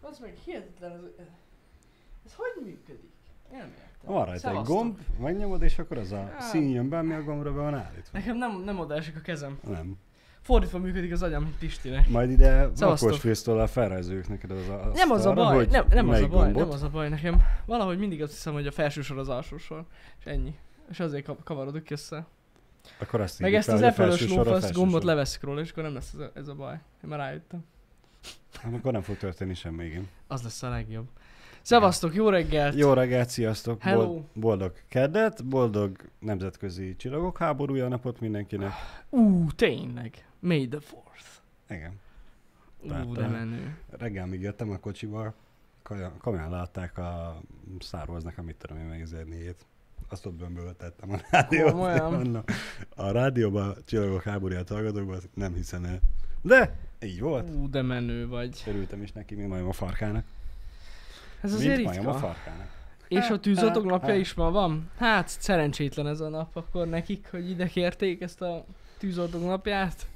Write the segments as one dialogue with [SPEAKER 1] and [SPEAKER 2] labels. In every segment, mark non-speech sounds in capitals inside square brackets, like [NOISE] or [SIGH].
[SPEAKER 1] az meg hihetetlen, ez, ez hogy működik? Nem értem.
[SPEAKER 2] Van rajta egy
[SPEAKER 1] Szevasztok. Hát.
[SPEAKER 2] gomb, megnyomod, és akkor az a
[SPEAKER 1] Á.
[SPEAKER 2] szín jön be, ami a gombra be van állítva.
[SPEAKER 1] Nekem nem, nem odaesik a kezem.
[SPEAKER 2] Nem.
[SPEAKER 1] Fordítva működik az agyam, mint Pistinek.
[SPEAKER 2] Majd ide
[SPEAKER 1] Szevasztok.
[SPEAKER 2] rakosfőztollal felrajzoljuk neked az a
[SPEAKER 1] Nem az a
[SPEAKER 2] asztalra,
[SPEAKER 1] baj,
[SPEAKER 2] hogy
[SPEAKER 1] nem, nem az a
[SPEAKER 2] melyik
[SPEAKER 1] baj,
[SPEAKER 2] gombot.
[SPEAKER 1] nem az a baj nekem. Valahogy mindig azt hiszem, hogy a felső sor az alsó sor, és ennyi. És azért kav- kavarodik össze.
[SPEAKER 2] Akkor azt
[SPEAKER 1] Meg
[SPEAKER 2] írjuk
[SPEAKER 1] ezt
[SPEAKER 2] fel,
[SPEAKER 1] az
[SPEAKER 2] hogy a
[SPEAKER 1] Apple-ös
[SPEAKER 2] felső sor, a
[SPEAKER 1] lófasz
[SPEAKER 2] felső
[SPEAKER 1] gombot
[SPEAKER 2] sor.
[SPEAKER 1] leveszik róla, és akkor nem lesz ez a, ez a baj. Én már rájöttem.
[SPEAKER 2] Hát Akkor nem fog történni semmi, igen.
[SPEAKER 1] Az lesz a legjobb. Szevasztok, jó reggelt!
[SPEAKER 2] Jó reggelt, sziasztok!
[SPEAKER 1] Hello.
[SPEAKER 2] Bol- boldog keddet, boldog nemzetközi csillagok háborúja napot mindenkinek.
[SPEAKER 1] Ú, tényleg. May the fourth.
[SPEAKER 2] Igen.
[SPEAKER 1] Ú,
[SPEAKER 2] Tehát,
[SPEAKER 1] de
[SPEAKER 2] eh,
[SPEAKER 1] menő.
[SPEAKER 2] Reggel még jöttem a kocsival, kaja- kamera látták a Star Wars-nak, amit tudom én megzerniét. Azt ott bömböltettem a rádiót.
[SPEAKER 1] Komolyan?
[SPEAKER 2] [LAUGHS] Mondom, A rádióban csillagok háborúját hallgatok, bazd, nem hiszem el. De így volt.
[SPEAKER 1] Ú, de menő vagy.
[SPEAKER 2] Örültem is neki, mi majom a farkának.
[SPEAKER 1] Ez
[SPEAKER 2] Mint
[SPEAKER 1] azért
[SPEAKER 2] majom a
[SPEAKER 1] ritka.
[SPEAKER 2] farkának.
[SPEAKER 1] És a tűzoltók napja
[SPEAKER 2] Ha.
[SPEAKER 1] is ma van? Hát, szerencsétlen ez a nap akkor nekik, hogy ide kérték ezt a tűzoltók napját.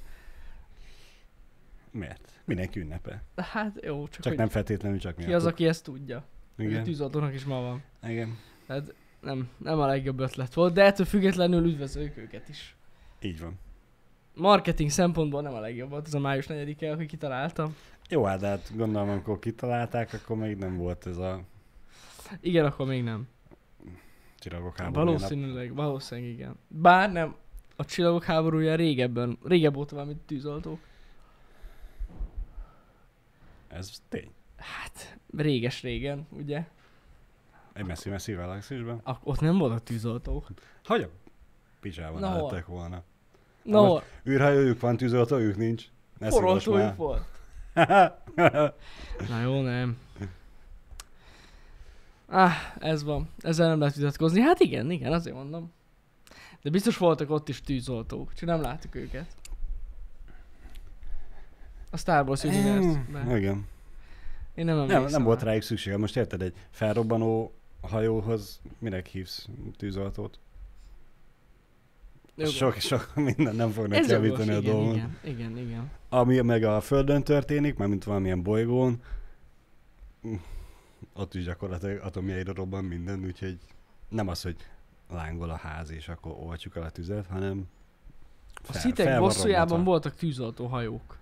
[SPEAKER 2] Miért? Mindenki ünnepe.
[SPEAKER 1] De hát jó, csak,
[SPEAKER 2] Csak
[SPEAKER 1] hogy
[SPEAKER 2] nem feltétlenül csak
[SPEAKER 1] ki az,
[SPEAKER 2] miattuk.
[SPEAKER 1] aki ezt tudja. Igen. A
[SPEAKER 2] Igen.
[SPEAKER 1] tűzoltónak is ma van.
[SPEAKER 2] Igen.
[SPEAKER 1] Tehát nem, nem a legjobb ötlet volt, de ettől függetlenül üdvözöljük őket is.
[SPEAKER 2] Így van.
[SPEAKER 1] Marketing szempontból nem a legjobb volt, ez a május 4-e, hogy kitaláltam.
[SPEAKER 2] Jó, hát, de hát gondolom, amikor kitalálták, akkor még nem volt ez a
[SPEAKER 1] Igen, akkor még nem.
[SPEAKER 2] csillagok háborúja.
[SPEAKER 1] Valószínűleg, valószínűleg igen. Bár nem, a csillagok háborúja régebben, régebb óta van, mint tűzoltók.
[SPEAKER 2] nap. Ez tény.
[SPEAKER 1] Hát, réges régen, ugye?
[SPEAKER 2] Egy messzi-messzi galaxisban.
[SPEAKER 1] Ak- ott nem voltak tűzoltók.
[SPEAKER 2] Hogy a picsában
[SPEAKER 1] Na,
[SPEAKER 2] no.
[SPEAKER 1] hol?
[SPEAKER 2] lettek volna.
[SPEAKER 1] No,
[SPEAKER 2] Űrhajójuk van, tűzoltójuk nincs. Ne szivass
[SPEAKER 1] poroltójuk
[SPEAKER 2] már.
[SPEAKER 1] volt.
[SPEAKER 2] [LAUGHS]
[SPEAKER 1] Na jó, nem. Ah, ez van. Ezzel nem lehet vitatkozni. Hát igen, igen, azért mondom. De biztos voltak ott is tűzoltók, csak nem láttuk őket. A Star Wars universe
[SPEAKER 2] Igen.
[SPEAKER 1] Én nem emlékszem.
[SPEAKER 2] Eh, Nem, nem
[SPEAKER 1] rá.
[SPEAKER 2] volt rájuk szüksége. Most érted, egy felrobbanó hajóhoz minek hívsz tűzoltót?
[SPEAKER 1] Jogos.
[SPEAKER 2] Sok, sok minden nem fognak
[SPEAKER 1] Ez jogos,
[SPEAKER 2] javítani a
[SPEAKER 1] igen,
[SPEAKER 2] dolgon.
[SPEAKER 1] igen, igen, igen.
[SPEAKER 2] Ami meg a Földön történik, mármint valamilyen bolygón, ott is gyakorlatilag atomjaira robban minden, úgyhogy nem az, hogy lángol a ház, és akkor oltsuk el a tüzet, hanem
[SPEAKER 1] A
[SPEAKER 2] fel-
[SPEAKER 1] szitek
[SPEAKER 2] fel van
[SPEAKER 1] bosszújában
[SPEAKER 2] robbanva.
[SPEAKER 1] voltak tűzoltó hajók.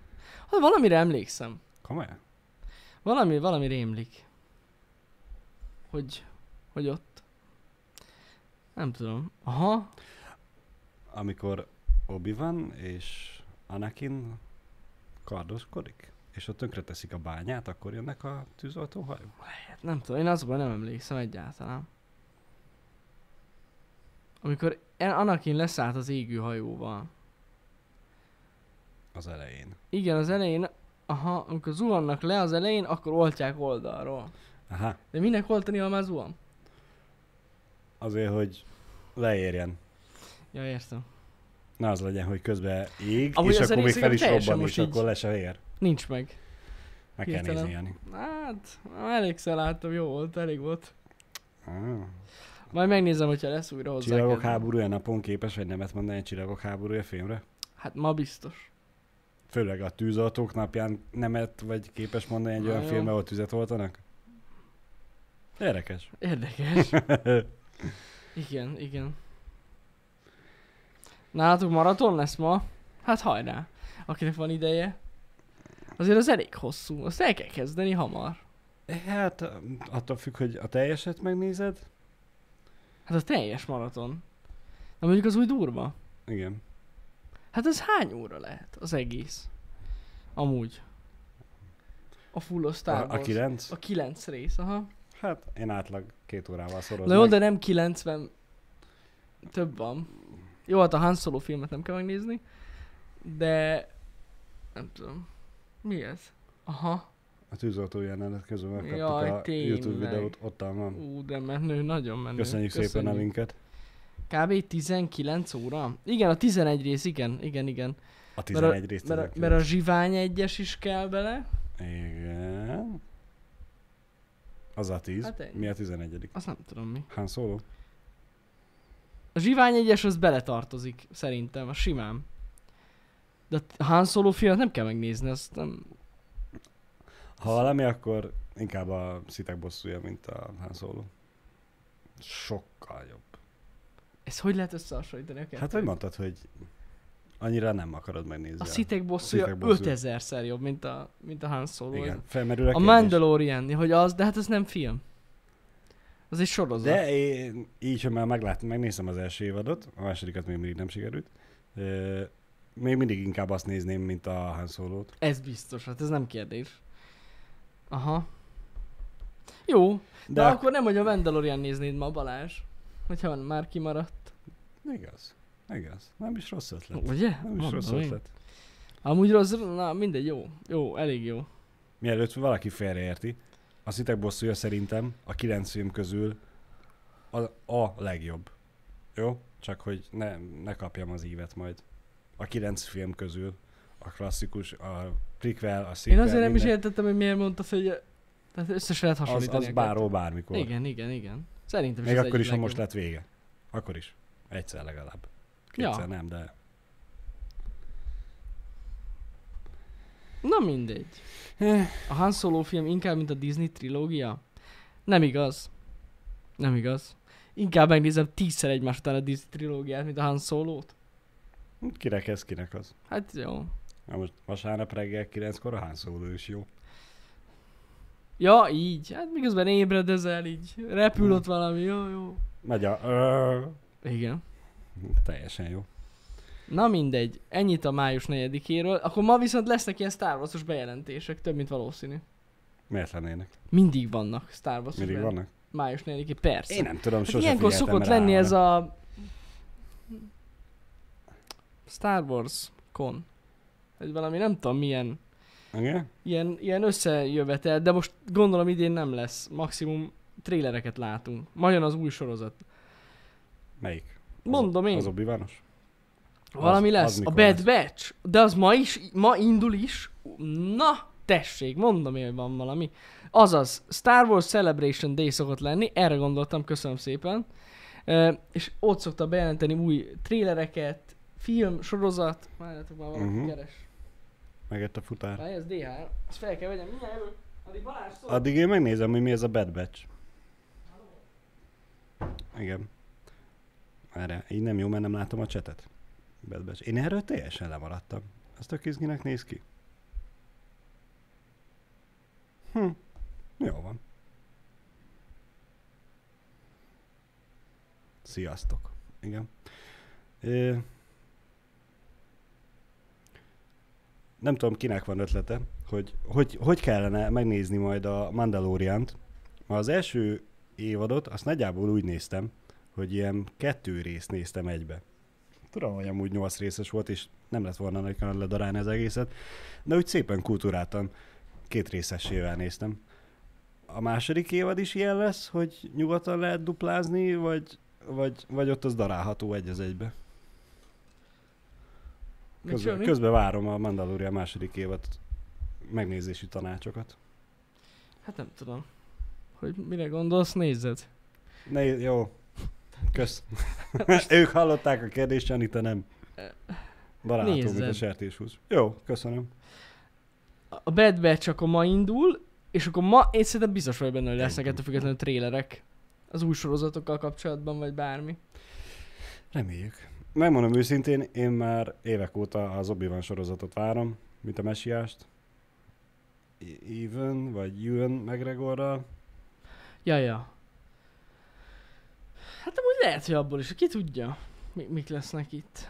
[SPEAKER 1] Hát valamire emlékszem.
[SPEAKER 2] Komolyan?
[SPEAKER 1] Valami, valami rémlik. Hogy, hogy ott. Nem tudom. Aha,
[SPEAKER 2] Amikor obi van és Anakin kardoskodik, és ott tönkreteszik a bányát, akkor jönnek a tűzoltó hajók.
[SPEAKER 1] hát nem tudom, én azban nem emlékszem egyáltalán. Amikor En- Anakin leszállt az égő hajóval.
[SPEAKER 2] az elején.
[SPEAKER 1] Igen, az elején, aha, amikor zuhannak le az elején, akkor oltják oldalról.
[SPEAKER 2] Aha,
[SPEAKER 1] De minek oltani, ha már zuhan?
[SPEAKER 2] azért, hogy leérjen.
[SPEAKER 1] Ja, értem.
[SPEAKER 2] Ne az legyen, hogy közben ég,
[SPEAKER 1] Amúgy
[SPEAKER 2] és
[SPEAKER 1] az elég
[SPEAKER 2] akkor még fel
[SPEAKER 1] szerintem
[SPEAKER 2] is
[SPEAKER 1] teljesen
[SPEAKER 2] robban,
[SPEAKER 1] most
[SPEAKER 2] és
[SPEAKER 1] így-
[SPEAKER 2] akkor le se ér.
[SPEAKER 1] Nincs meg.
[SPEAKER 2] Meg kell
[SPEAKER 1] Hirtelen.
[SPEAKER 2] nézni, Jani.
[SPEAKER 1] Hát, elégszer láttam, jó volt, elég volt.
[SPEAKER 2] Ah.
[SPEAKER 1] Majd megnézem, hogyha lesz újra hozzá.
[SPEAKER 2] Csillagok
[SPEAKER 1] kedvem.
[SPEAKER 2] háborúja napon képes egy nemet mondani egy csillagok háborúja filmre?
[SPEAKER 1] Hát ma biztos.
[SPEAKER 2] Főleg a tűzoltók napján nemet vagy képes mondani egy
[SPEAKER 1] Na
[SPEAKER 2] olyan
[SPEAKER 1] jó.
[SPEAKER 2] filmre, ahol tüzet oltanak? Érdekes.
[SPEAKER 1] Érdekes. igen, igen. Nálatok maraton lesz ma? Hát hajrá. Akinek van ideje. Azért az elég hosszú. Azt el kell kezdeni hamar.
[SPEAKER 2] Hát attól függ, hogy a teljeset megnézed.
[SPEAKER 1] Hát a teljes maraton. Na mondjuk az új durva.
[SPEAKER 2] Igen.
[SPEAKER 1] Hát ez hány óra lehet az egész? Amúgy. A full
[SPEAKER 2] A,
[SPEAKER 1] Star
[SPEAKER 2] a
[SPEAKER 1] Wars.
[SPEAKER 2] kilenc?
[SPEAKER 1] a kilenc rész, aha.
[SPEAKER 2] Hát én átlag két órával
[SPEAKER 1] Na jó,
[SPEAKER 2] szorozom.
[SPEAKER 1] de nem 90... Több van. Jó, hát a Han Solo filmet nem kell megnézni. De... Nem tudom. Mi ez? Aha.
[SPEAKER 2] A tűzoltó jelenet közül megkaptuk
[SPEAKER 1] Jaj,
[SPEAKER 2] a
[SPEAKER 1] tényleg.
[SPEAKER 2] YouTube videót, ott van.
[SPEAKER 1] Ú, de menő, nagyon menő.
[SPEAKER 2] Köszönjük, szépen a linket.
[SPEAKER 1] linket. Kb. 19 óra? Igen, a 11 rész, igen, igen, igen.
[SPEAKER 2] A
[SPEAKER 1] Mert a-
[SPEAKER 2] 11 részt.
[SPEAKER 1] Mert, a- mert a zsivány egyes is kell bele.
[SPEAKER 2] Igen. Az a 10.
[SPEAKER 1] Hát
[SPEAKER 2] Hát
[SPEAKER 1] egy.
[SPEAKER 2] Mi a 11.
[SPEAKER 1] Azt nem tudom mi.
[SPEAKER 2] Han Solo?
[SPEAKER 1] A zsivány egyes az beletartozik, szerintem, a simán. De a Han Solo filmet nem kell megnézni, azt nem...
[SPEAKER 2] Ha valami, akkor Inkább a szitek bosszúja, mint a Han Solo. Sokkal jobb.
[SPEAKER 1] Ez hogy lehet összehasonlítani a kettőt?
[SPEAKER 2] Hát, hogy mondtad, hogy annyira nem akarod megnézni.
[SPEAKER 1] A szitek bosszúja
[SPEAKER 2] Sithek bosszúja.
[SPEAKER 1] 5000-szer jobb, mint a, mint a Han Solo.
[SPEAKER 2] Igen, felmerül a,
[SPEAKER 1] A
[SPEAKER 2] kérdés.
[SPEAKER 1] Mandalorian, hogy az, de hát ez nem film. Az egy sorozat.
[SPEAKER 2] De én így, hogy már meglát, megnéztem az első évadot, a másodikat még mindig nem sikerült. Ö, Még mindig inkább azt nézném, mint a Han solo
[SPEAKER 1] Ez biztos, hát ez nem kérdés. Aha. Jó, de, de
[SPEAKER 2] De ak-
[SPEAKER 1] akkor nem, hogy a Mandalorian néznéd ma, Balázs. Hogyha van, már kimaradt.
[SPEAKER 2] Igaz. Igaz. Nem is rossz ötlet.
[SPEAKER 1] Ugye?
[SPEAKER 2] Nem is
[SPEAKER 1] Mondom
[SPEAKER 2] rossz
[SPEAKER 1] én.
[SPEAKER 2] ötlet.
[SPEAKER 1] Amúgy rossz, na mindegy, jó. Jó, elég jó.
[SPEAKER 2] Mielőtt valaki félreérti, a szitek bosszúja szerintem a kilenc film közül a, a legjobb. Jó? Csak hogy ne, ne kapjam az ívet majd. A kilenc film közül a klasszikus, a prequel, a
[SPEAKER 1] Én
[SPEAKER 2] sequel,
[SPEAKER 1] azért nem is
[SPEAKER 2] minden-
[SPEAKER 1] értettem, hogy miért mondtad, hogy tehát összes lehet
[SPEAKER 2] az,
[SPEAKER 1] hasonlítani.
[SPEAKER 2] az
[SPEAKER 1] a
[SPEAKER 2] bárhol, bármikor.
[SPEAKER 1] kettőt. Igen, igen, igen. Szerintem
[SPEAKER 2] Még
[SPEAKER 1] ez
[SPEAKER 2] akkor
[SPEAKER 1] egyik
[SPEAKER 2] is, ha most
[SPEAKER 1] legjobb.
[SPEAKER 2] lett vége. Akkor is. Egyszer legalább.
[SPEAKER 1] Ja.
[SPEAKER 2] Kétszer ja. nem, de
[SPEAKER 1] Na mindegy. A Han Solo film inkább, mint a Disney trilógia? Nem igaz. Nem igaz. Inkább megnézem tízszer egymás után a Disney trilógiát, mint a Han Solo-t.
[SPEAKER 2] kinek ez, kinek az.
[SPEAKER 1] Hát jó.
[SPEAKER 2] Na most vasárnap reggel kilenckor a Han Solo is jó.
[SPEAKER 1] Ja, így. Hát miközben ébredezel, így repül
[SPEAKER 2] Mm.
[SPEAKER 1] ott valami, jó, jó.
[SPEAKER 2] Megy a... Ö,
[SPEAKER 1] Igen.
[SPEAKER 2] teljesen jó.
[SPEAKER 1] Na mindegy, ennyit a május 4-éről. Akkor ma viszont lesznek ilyen Star Wars-os bejelentések, több mint valószínű.
[SPEAKER 2] Miért lennének?
[SPEAKER 1] Mindig vannak Star Wars-os
[SPEAKER 2] Mindig
[SPEAKER 1] bejelentések.
[SPEAKER 2] vannak?
[SPEAKER 1] Május 4 persze.
[SPEAKER 2] Én nem tudom,
[SPEAKER 1] Hát
[SPEAKER 2] sose
[SPEAKER 1] ilyenkor
[SPEAKER 2] figyeltem
[SPEAKER 1] szokott
[SPEAKER 2] rá
[SPEAKER 1] lenni
[SPEAKER 2] arra.
[SPEAKER 1] ez a Star Wars kon. Vagy valami nem tudom milyen,
[SPEAKER 2] Igen?
[SPEAKER 1] ilyen, ilyen összejövetel, de most gondolom idén nem lesz. Maximum trélereket látunk. Majon az új sorozat.
[SPEAKER 2] Melyik?
[SPEAKER 1] Mondom
[SPEAKER 2] az,
[SPEAKER 1] én,
[SPEAKER 2] Az obi -Vános?
[SPEAKER 1] valami
[SPEAKER 2] az- az
[SPEAKER 1] lesz. a
[SPEAKER 2] mikor
[SPEAKER 1] Bad
[SPEAKER 2] lesz?
[SPEAKER 1] Batch, de az ma is, ma indul is. Na, tessék, mondom én, hogy van valami. Azaz, Star Wars Celebration Day szokott lenni, erre gondoltam, köszönöm szépen. Ö, és ott szokta bejelenteni új trélereket, film, sorozat. Várjátok már valaki
[SPEAKER 2] Mhm.
[SPEAKER 1] uh-huh. keres.
[SPEAKER 2] Megett a futár.
[SPEAKER 1] Várj, ez DHR. Ezt fel kell vegyem, mindjárt jövök. Addig Balázs szól.
[SPEAKER 2] Addig én megnézem, hogy mi ez a Bad Batch. Igen. Erre, így nem jó, mert nem látom a csetet. Bad Batch. Én erről teljesen lemaradtam. Ez tök izginek néz ki. Hm. Jó van. Sziasztok. Igen. Ö... Nem tudom, kinek van ötlete, hogy, hogy hogy kellene megnézni majd a Mandaloriant. Ma az első évadot, azt nagyjából úgy néztem, hogy ilyen kettő részt néztem egybe. Tudom, hogy amúgy nyolc részes volt, és nem lett volna nekem ledarálni az egészet, de úgy szépen kultúráltan két részessével néztem. A második évad is ilyen lesz, hogy nyugaton lehet duplázni, vagy, vagy, vagy ott az darálható egy az egybe.
[SPEAKER 1] Mit
[SPEAKER 2] Közben,
[SPEAKER 1] csinálni?
[SPEAKER 2] közben várom a Mandalorian második évad megnézési tanácsokat.
[SPEAKER 1] Hát nem tudom. Hogy mire gondolsz, nézzed.
[SPEAKER 2] Ne, jó. Kösz. [LAUGHS] ők hallották a kérdést, Jani, te nem. Barátom, mint a
[SPEAKER 1] Nézzed.
[SPEAKER 2] sertéshús. Jó, köszönöm.
[SPEAKER 1] A Bad Batch akkor ma indul, és akkor ma, én szerintem biztos vagy benne, hogy lesznek ettől függetlenül trélerek. Az új sorozatokkal kapcsolatban, vagy bármi.
[SPEAKER 2] Reméljük. Megmondom őszintén, én már évek óta az obi sorozatot várom, mint a messiást. E- Even, vagy Ewan McGregorral.
[SPEAKER 1] Ja, ja. Hát amúgy lehet, hogy abból is. Ki tudja, mi, mik lesznek itt.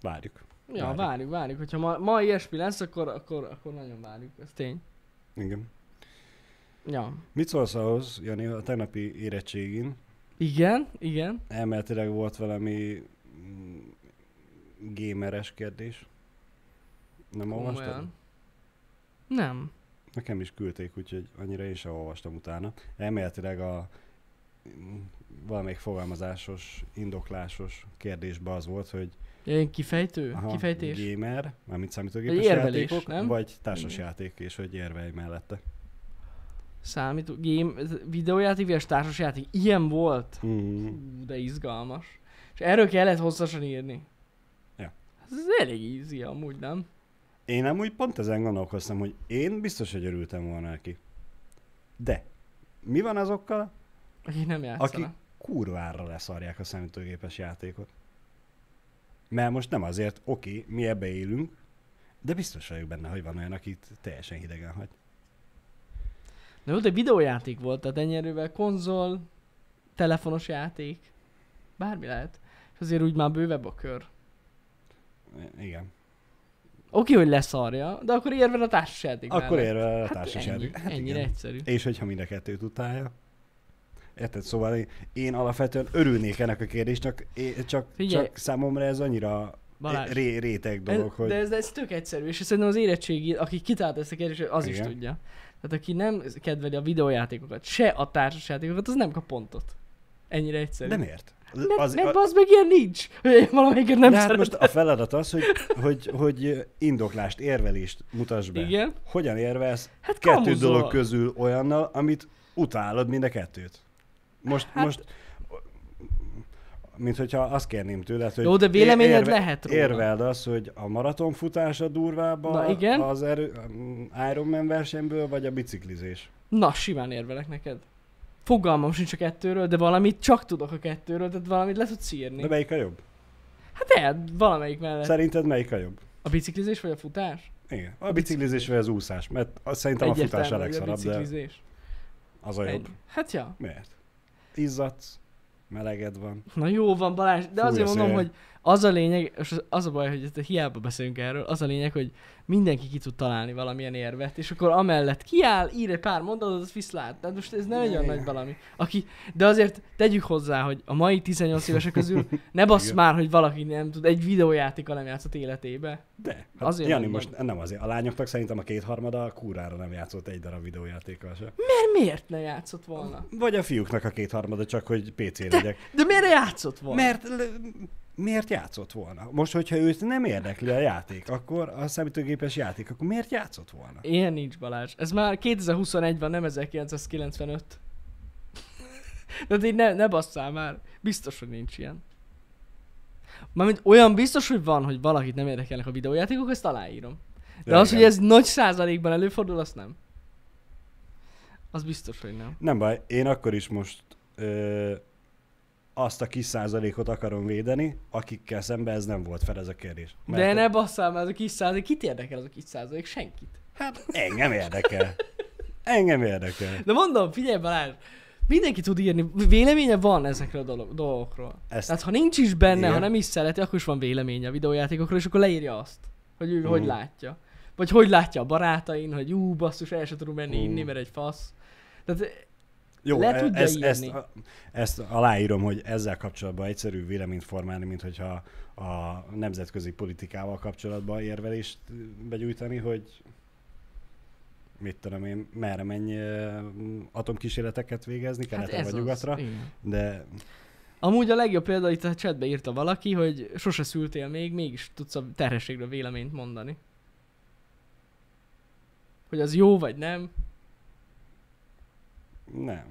[SPEAKER 2] Várjuk.
[SPEAKER 1] Ja,
[SPEAKER 2] Várjuk.
[SPEAKER 1] várjuk, várjuk. Hogyha ma, ma ilyesmi lesz, akkor, akkor, akkor nagyon várjuk. Ez tény.
[SPEAKER 2] Igen.
[SPEAKER 1] Ja.
[SPEAKER 2] Mit szólsz ahhoz, Jani, a tegnapi érettségin?
[SPEAKER 1] Igen, igen.
[SPEAKER 2] Elméletileg volt valami mm, gémeres kérdés. Nem olvastad?
[SPEAKER 1] Komolyan. Nem.
[SPEAKER 2] Nekem is küldték, úgyhogy annyira én sem olvastam utána. Elméletileg a mm, valamelyik fogalmazásos, indoklásos kérdésben az volt, hogy
[SPEAKER 1] Ilyen kifejtő?
[SPEAKER 2] aha,
[SPEAKER 1] Kifejtés?
[SPEAKER 2] gamer, mármint számítógépes
[SPEAKER 1] Egy érvelés,
[SPEAKER 2] játékok,
[SPEAKER 1] nem? Mhm.
[SPEAKER 2] vagy társasjáték, és hogy érvelj mellette.
[SPEAKER 1] Számító, game, ez videójáték, vagy társasjáték? Ilyen volt?
[SPEAKER 2] Mm.
[SPEAKER 1] Hú, de izgalmas. És erről kellett hosszasan írni. Hát
[SPEAKER 2] Ja.
[SPEAKER 1] Ez elég easy amúgy, nem?
[SPEAKER 2] Én nem úgy pont ezen gondolkoztam, hogy én biztos, hogy örültem volna neki. De mi van azokkal,
[SPEAKER 1] Aki nem játszanak.
[SPEAKER 2] akik kurvára leszarják a számítógépes játékot? Mert most nem azért, oké, mi ebbe élünk, de biztos vagyok benne, hogy van olyan, akit teljesen hidegen hagy.
[SPEAKER 1] Na jó, de videójáték volt, tehát ennyi erővel konzol, telefonos játék, bármi lehet. És azért úgy már bővebb a kör.
[SPEAKER 2] Igen.
[SPEAKER 1] Oké, hogy leszarja, de akkor érve a társasjáték
[SPEAKER 2] Akkor
[SPEAKER 1] mellett.
[SPEAKER 2] ér a
[SPEAKER 1] hát
[SPEAKER 2] társaság.
[SPEAKER 1] Ennyi,
[SPEAKER 2] Hát
[SPEAKER 1] ennyire
[SPEAKER 2] igen.
[SPEAKER 1] egyszerű.
[SPEAKER 2] És hogyha mind a kettőt utálja? Érted? Szóval én, én alapvetően örülnék ennek a kérdésnek, é- csak,
[SPEAKER 1] Figyelj.
[SPEAKER 2] csak számomra ez annyira
[SPEAKER 1] Balázs.
[SPEAKER 2] ré, réteg
[SPEAKER 1] Ez-
[SPEAKER 2] dolog, hogy...
[SPEAKER 1] De ez, ez tök egyszerű, és szerintem az érettségi, aki kitalálta ezt a kérdést, az Igen.
[SPEAKER 2] Igen.
[SPEAKER 1] is tudja. Tehát aki nem kedveli a videójátékokat, se a társasjátékokat, az nem kap pontot. Ennyire egyszerű.
[SPEAKER 2] De miért? Az-
[SPEAKER 1] mert,
[SPEAKER 2] az-
[SPEAKER 1] mert
[SPEAKER 2] a-
[SPEAKER 1] bazd meg ilyen nincs, hogy én valamelyiket nem
[SPEAKER 2] de hát
[SPEAKER 1] szeretem.
[SPEAKER 2] most a feladat az, hogy, hogy, hogy indoklást, érvelést mutass be.
[SPEAKER 1] Igen.
[SPEAKER 2] Hogyan érvelsz
[SPEAKER 1] Hát
[SPEAKER 2] kettő
[SPEAKER 1] kamuzol.
[SPEAKER 2] dolog közül olyannal, amit utálod mind a kettőt? Most,
[SPEAKER 1] Hát-
[SPEAKER 2] hát... most mint hogyha azt kérném tőled, hogy
[SPEAKER 1] Jó, de
[SPEAKER 2] é-
[SPEAKER 1] véleményed lehet róla.
[SPEAKER 2] Érveld az, hogy a maratonfutás a durvább
[SPEAKER 1] Na,
[SPEAKER 2] a-
[SPEAKER 1] igen.
[SPEAKER 2] az erő, Ironman versenyből, vagy a biciklizés?
[SPEAKER 1] Na, simán érvelek neked. Fogalmam sincs a kettőről, de valamit csak tudok a kettőről, tehát valamit le tudsz írni.
[SPEAKER 2] De melyik a jobb?
[SPEAKER 1] Hát el, valamelyik mellett.
[SPEAKER 2] Szerinted melyik a jobb?
[SPEAKER 1] A biciklizés vagy a futás?
[SPEAKER 2] Igen. A biciklizés vagy az úszás, mert azt szerintem a futás a
[SPEAKER 1] Egyértelmű, hogy
[SPEAKER 2] legszarabb, de
[SPEAKER 1] biciklizés.
[SPEAKER 2] az a jobb.
[SPEAKER 1] Egy. Hát ja.
[SPEAKER 2] Miért? Izzadsz, meleged van.
[SPEAKER 1] Na jó van Balázs, de
[SPEAKER 2] Fúj
[SPEAKER 1] azért
[SPEAKER 2] a
[SPEAKER 1] mondom,
[SPEAKER 2] szél.
[SPEAKER 1] hogy az a lényeg, és az- az a baj, hogy ezt hiába beszélünk erről, az a lényeg, hogy mindenki ki tud találni valamilyen érvet, és akkor amellett kiáll, ír egy pár mondatot, az viszlát. Tehát most ez nem egy olyan
[SPEAKER 2] Igen.
[SPEAKER 1] nagy valami. Aki, de azért tegyük hozzá, hogy a mai 18 évesek közül ne basz
[SPEAKER 2] Igen.
[SPEAKER 1] már, hogy valaki nem tud, egy videójátékkal nem játszott életébe.
[SPEAKER 2] De, hát
[SPEAKER 1] Azért
[SPEAKER 2] azért Jani
[SPEAKER 1] mondom.
[SPEAKER 2] most nem azért. A lányoknak szerintem a kétharmada a kurára nem játszott egy darab videójátékkal se.
[SPEAKER 1] De miért ne játszott volna?
[SPEAKER 2] Vagy a fiúknak a kétharmada, csak hogy PC legyek.
[SPEAKER 1] De miért ne játszott volna?
[SPEAKER 2] Mert l- miért játszott volna? Most, hogyha őt nem érdekli a játék, akkor a számítógépes játék, akkor miért játszott volna?
[SPEAKER 1] Ilyen nincs Balázs. Ez már 2021-ben, nem 1995. De így ne, ne basszál már. Biztos, hogy nincs ilyen. Mármint olyan biztos, hogy van, hogy valakit nem érdekelnek a videójátékok, ezt aláírom. De,
[SPEAKER 2] Ja,
[SPEAKER 1] az,
[SPEAKER 2] igen.
[SPEAKER 1] hogy ez nagy százalékban előfordul, azt nem. Az biztos, hogy nem.
[SPEAKER 2] Nem baj, én akkor is most ö, azt a kis százalékot akarom védeni, akikkel szemben ez nem volt fel ez a kérdés.
[SPEAKER 1] De ne basszál már, ez a kis százalék. Kit érdekel az a kis százalék? Senkit.
[SPEAKER 2] Hát engem érdekel. Engem érdekel.
[SPEAKER 1] De mondom, figyelj Balázs, mindenki tud írni, véleménye van ezekről a dolog, dolgokról.
[SPEAKER 2] Ezt-
[SPEAKER 1] Tehát ha nincs is benne,
[SPEAKER 2] Igen.
[SPEAKER 1] ha nem is szereti, akkor is van véleménye a videójátékokról, és akkor leírja azt, hogy ő
[SPEAKER 2] Mhm.
[SPEAKER 1] hogy látja. Vagy hogy látja a barátain, hogy ú, basszus, el sem tudom menni
[SPEAKER 2] Mhm.
[SPEAKER 1] inni, mert egy fasz. Tehát e,
[SPEAKER 2] Jó,
[SPEAKER 1] Le tudja
[SPEAKER 2] ez,
[SPEAKER 1] írni.
[SPEAKER 2] ezt, a- ezt aláírom, hogy ezzel kapcsolatban egyszerű véleményt formálni, mint hogyha a nemzetközi politikával kapcsolatban érvelést begyűjteni, hogy mit tudom én, merre menj ö, atomkísérleteket végezni,
[SPEAKER 1] hát
[SPEAKER 2] keletre
[SPEAKER 1] ez
[SPEAKER 2] vagy
[SPEAKER 1] az.
[SPEAKER 2] nyugatra,
[SPEAKER 1] Igen.
[SPEAKER 2] de
[SPEAKER 1] Amúgy a legjobb példa, itt a chatbe írta valaki, hogy sose szültél még, mégis tudsz a terhességről véleményt mondani. Hogy az jó vagy nem.
[SPEAKER 2] nem.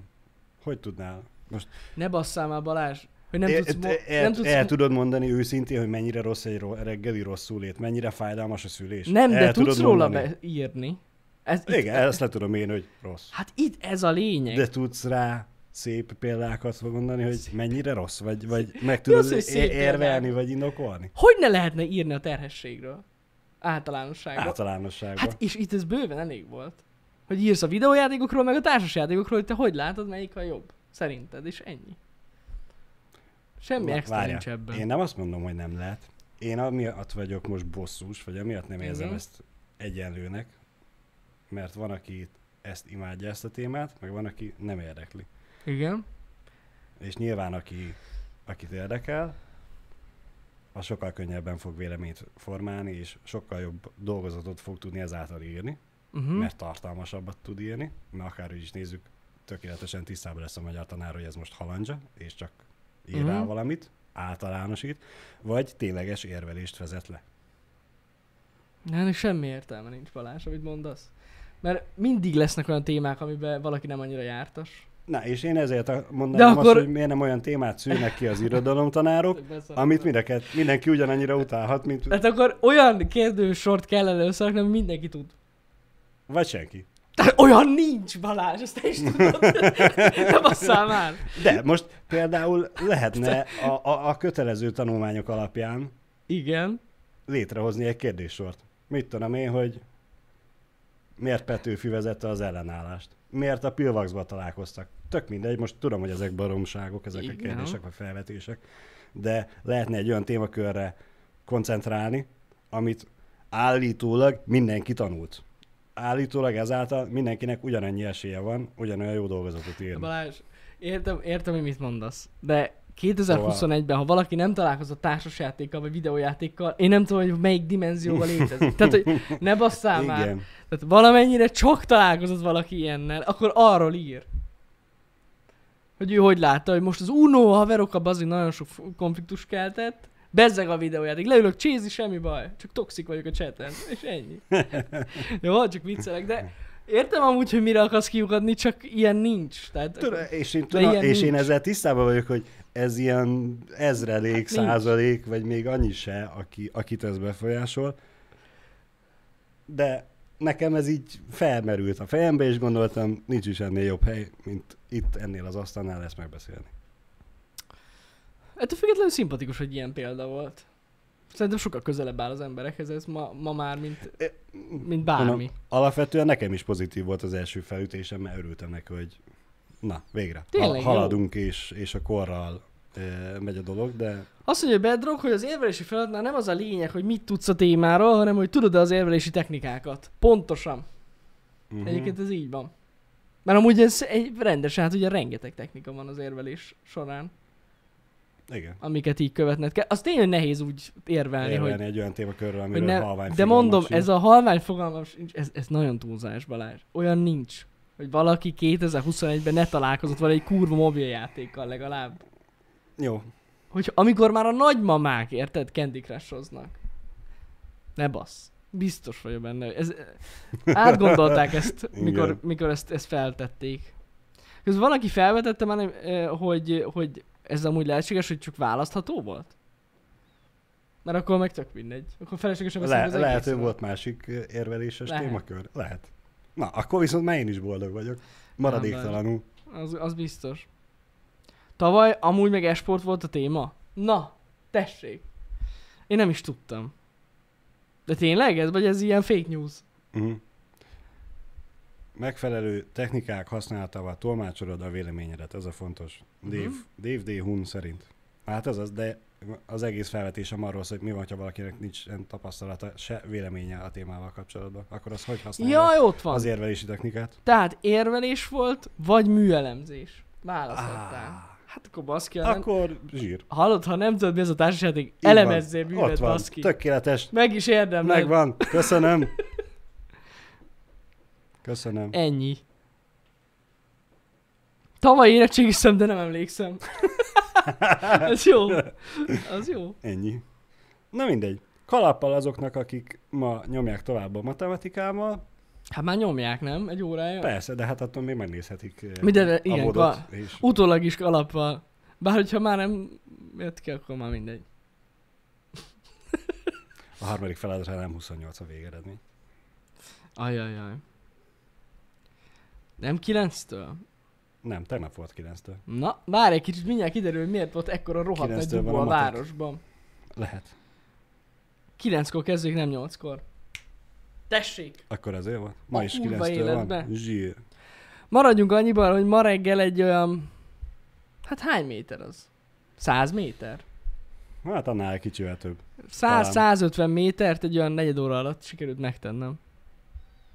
[SPEAKER 2] Hogy tudnál? Most
[SPEAKER 1] Ne basszál már Balázs, hogy nem
[SPEAKER 2] el,
[SPEAKER 1] tudsz... mo-
[SPEAKER 2] e, el,
[SPEAKER 1] nem tudsz
[SPEAKER 2] el tudod mondani őszintén, hogy mennyire rossz egy ro- reggeli rosszulét, mennyire fájdalmas a szülés?
[SPEAKER 1] Nem,
[SPEAKER 2] el
[SPEAKER 1] de
[SPEAKER 2] tudod
[SPEAKER 1] tudsz róla
[SPEAKER 2] mondani?
[SPEAKER 1] beírni. Ez itt,
[SPEAKER 2] Igen, ezt le tudom én, hogy rossz.
[SPEAKER 1] hát itt ez a lényeg.
[SPEAKER 2] De tudsz rá szép példákat fog mondani, hogy mennyire rossz, vagy, vagy meg
[SPEAKER 1] Mi az,
[SPEAKER 2] tudod
[SPEAKER 1] hogy
[SPEAKER 2] é-
[SPEAKER 1] szép példák?
[SPEAKER 2] érvelni, vagy indokolni?
[SPEAKER 1] Hogy ne lehetne írni a terhességről? Általánosságban.
[SPEAKER 2] Általánosságban.
[SPEAKER 1] Hát és itt ez bőven elég volt. Hogy írsz a videójátékokról, meg a társasjátékokról, hogy te hogy látod, melyik a jobb. Szerinted, és ennyi. Semmi
[SPEAKER 2] Na,
[SPEAKER 1] extra
[SPEAKER 2] várjál.
[SPEAKER 1] nincs ebben.
[SPEAKER 2] Én nem azt mondom, hogy nem lehet. Én amiatt vagyok most bosszus, vagy amiatt nem érzem
[SPEAKER 1] Mhm.
[SPEAKER 2] ezt egyenlőnek, mert van, aki ezt imádja, ezt a témát, meg van, aki nem érdekli.
[SPEAKER 1] Igen.
[SPEAKER 2] És nyilván, aki, akit érdekel, az sokkal könnyebben fog véleményt formálni, és sokkal jobb dolgozatot fog tudni ezáltal írni.
[SPEAKER 1] Uh-huh.
[SPEAKER 2] mert tartalmasabbat tud írni, mert akárhogy is nézzük, tökéletesen tisztában lesz a magyar tanár, hogy ez most halandzsa, és csak ír rá
[SPEAKER 1] Mhm.
[SPEAKER 2] valamit, általánosít, vagy tényleges érvelést vezet le.
[SPEAKER 1] Nem, ennek semmi értelme nincs Balázs, amit mondasz. Mert mindig lesznek olyan témák, amiben valaki nem annyira jártas.
[SPEAKER 2] Na, és én ezért
[SPEAKER 1] De
[SPEAKER 2] mondanám
[SPEAKER 1] akkor-
[SPEAKER 2] akkor... azt, hogy miért nem olyan témát szűrnek ki az irodalomtanárok, amit mind a kett- mindenki ugyanannyira utálhat, mint...
[SPEAKER 1] Hát akkor olyan kérdősort kellene összerakni, amit mindenki tud. [COUGHS]
[SPEAKER 2] Vagy senki.
[SPEAKER 1] Tehát olyan nincs, Balázs, ezt te is tudod.
[SPEAKER 2] [LAUGHS]
[SPEAKER 1] ne basszál már.
[SPEAKER 2] De most például lehetne a, a, a kötelező tanulmányok alapján
[SPEAKER 1] Igen.
[SPEAKER 2] létrehozni egy kérdéssort. Mit tudom én, hogy miért Petőfi vezette az ellenállást? Miért a Pilvaxba találkoztak? Tök mindegy, most tudom, hogy ezek baromságok, ezek
[SPEAKER 1] Igen.
[SPEAKER 2] a kérdések vagy felvetések, de lehetne egy olyan témakörre koncentrálni, amit állítólag mindenki tanult. Állítólag ezáltal mindenkinek ugyanannyi esélye van, ugyanolyan jó dolgozatot írni.
[SPEAKER 1] Balázs, értem, értem, hogy mit mondasz. De 2021-ben, ha valaki nem találkozott társasjátékkal vagy videójátékkal, én nem tudom, hogy melyik dimenzióban létezik. Tehát, hogy ne basszál már.
[SPEAKER 2] [LAUGHS] Igen.
[SPEAKER 1] Tehát valamennyire csak találkozott valaki ilyennel, akkor arról ír. Hogy ő hogy látta, hogy most az Uno haverok a bazi nagyon sok f- konfliktus keltett, bezzeg a videójáték, leülök csézi, semmi baj, csak toxik vagyok a chaten, és ennyi. Jó, csak viccelek, de értem amúgy, hogy mire akarsz kiukadni, csak ilyen nincs. Tehát
[SPEAKER 2] Tudom, és én,
[SPEAKER 1] De
[SPEAKER 2] tudom,
[SPEAKER 1] ilyen
[SPEAKER 2] és én
[SPEAKER 1] nincs.
[SPEAKER 2] ezzel tisztában vagyok, hogy ez ilyen ezrelék,
[SPEAKER 1] nincs.
[SPEAKER 2] százalék, vagy még annyi se, aki, akit ez befolyásol. De nekem ez így felmerült a fejembe, és gondoltam, nincs is ennél jobb hely, mint itt ennél az asztalnál ezt megbeszélni.
[SPEAKER 1] ettől függetlenül szimpatikus, hogy ilyen példa volt. Szerintem sokkal közelebb áll az emberekhez ez ma, ma már, mint,
[SPEAKER 2] Ö,
[SPEAKER 1] mint bármi.
[SPEAKER 2] Alapvetően nekem is pozitív volt az első felütésem, mert örültem neki, hogy na, végre.
[SPEAKER 1] Tényleg jó.
[SPEAKER 2] haladunk, és, és a korral e, megy a dolog, de
[SPEAKER 1] Azt mondja Bedrock, hogy az érvelési feladatnál nem az a lényeg, hogy mit tudsz a témáról, hanem hogy tudod-e az érvelési technikákat. Pontosan. Uh-huh.
[SPEAKER 2] mhm.
[SPEAKER 1] Egyébként ez így van. Mert amúgy ez egy rendes, hát ugye rengeteg technika van az érvelés során,
[SPEAKER 2] mhm, igen.
[SPEAKER 1] amiket így követned kell. Az tényleg nehéz úgy érvelni, érvelni hogy,
[SPEAKER 2] Érvelni egy olyan témakörről,
[SPEAKER 1] hogy
[SPEAKER 2] amiről
[SPEAKER 1] nem.
[SPEAKER 2] halvány
[SPEAKER 1] De mondom,
[SPEAKER 2] fogalmam
[SPEAKER 1] ez a halvány fogalmam sincs, ez, ez nagyon túlzás, Balázs. Olyan nincs, hogy valaki 2021-ben ne találkozott vele egy kurva mobiljátékkal legalább.
[SPEAKER 2] Jó,
[SPEAKER 1] hogy amikor már a nagymamák, érted, Candy Crushoznak. Ne bassz. Biztos vagyok benne. hogy Ez, átgondolták ezt, mikor,
[SPEAKER 2] Igen.
[SPEAKER 1] mikor ezt, ezt feltették. Közben valaki felvetette már, nem, eh, hogy, hogy ez amúgy lehetséges, hogy csak választható volt? Mert akkor meg tök mindegy. Akkor feleslegesen
[SPEAKER 2] Le-
[SPEAKER 1] veszünk az
[SPEAKER 2] lehet, hogy
[SPEAKER 1] egészről.
[SPEAKER 2] volt másik ö, érveléses
[SPEAKER 1] Lehet.
[SPEAKER 2] lehet. témakör. Lehet. Na, akkor viszont már én is boldog vagyok. Maradéktalanul.
[SPEAKER 1] Az, az biztos. Tavaly amúgy meg esport volt a téma? Na, tessék. Én nem is tudtam. De tényleg ez? Vagy ez ilyen fake news?
[SPEAKER 2] Uh-huh. Megfelelő technikák használatával tolmácsolod a véleményedet, ez a fontos. Dave,
[SPEAKER 1] Mhm.
[SPEAKER 2] uh-huh. Dave D. Hun szerint. Hát ez az, de az egész felvetésem arról szól, hogy mi van, ha valakinek nincs ilyen tapasztalata, se véleménye a témával kapcsolatban. Akkor az hogy használja
[SPEAKER 1] Jaj, ott van.
[SPEAKER 2] az
[SPEAKER 1] Azért.
[SPEAKER 2] érvelési technikát?
[SPEAKER 1] Tehát érvelés volt, vagy műelemzés. Választottál.
[SPEAKER 2] Á,
[SPEAKER 1] Hát akkor baszki, ha nem...
[SPEAKER 2] Ah. akkor zsír.
[SPEAKER 1] Hallod, ha nem tudod mi az a társasjáték,
[SPEAKER 2] Így van.
[SPEAKER 1] elemezzél
[SPEAKER 2] Ott
[SPEAKER 1] művet,
[SPEAKER 2] van,
[SPEAKER 1] baszki.
[SPEAKER 2] tökéletes.
[SPEAKER 1] Meg is érdemled.
[SPEAKER 2] Megvan, köszönöm. Köszönöm.
[SPEAKER 1] Ennyi. Tavaly érettségiztem, de nem
[SPEAKER 2] [LAUGHS]
[SPEAKER 1] emlékszem. Ez jó. Az jó.
[SPEAKER 2] Ennyi. Na mindegy. Kalappal azoknak, akik ma nyomják tovább a matematikával,
[SPEAKER 1] Hát már nyomják, nem? Egy órája?
[SPEAKER 2] persze, de hát attól még megnézhetik eh,
[SPEAKER 1] Minden-
[SPEAKER 2] a
[SPEAKER 1] igen,
[SPEAKER 2] vodot,
[SPEAKER 1] ka-
[SPEAKER 2] és
[SPEAKER 1] Utólag is alappal. Bár hogyha már nem jött ki, akkor már mindegy.
[SPEAKER 2] a harmadik feladatra nem 28 a végeredmény.
[SPEAKER 1] Ajajaj. Nem 9-től?
[SPEAKER 2] Nem, tegnap volt 9-től.
[SPEAKER 1] Na, várj egy kicsit, mindjárt kiderül, hogy miért volt ekkora rohadt nagy
[SPEAKER 2] 9-től
[SPEAKER 1] dugó
[SPEAKER 2] van
[SPEAKER 1] a
[SPEAKER 2] a matek.
[SPEAKER 1] városban.
[SPEAKER 2] Lehet.
[SPEAKER 1] 9-kor kezdődik, nem 8-kor. Tessék!
[SPEAKER 2] Akkor azért van? Ma
[SPEAKER 1] A
[SPEAKER 2] is
[SPEAKER 1] kurva
[SPEAKER 2] 9-től
[SPEAKER 1] életbe.
[SPEAKER 2] van. Zsír.
[SPEAKER 1] Maradjunk annyiban, hogy ma reggel egy olyan... Hát hány méter az? 100 méter?
[SPEAKER 2] Hát annál kicsivel több.
[SPEAKER 1] 100-150 métert egy olyan negyed óra alatt sikerült megtennem.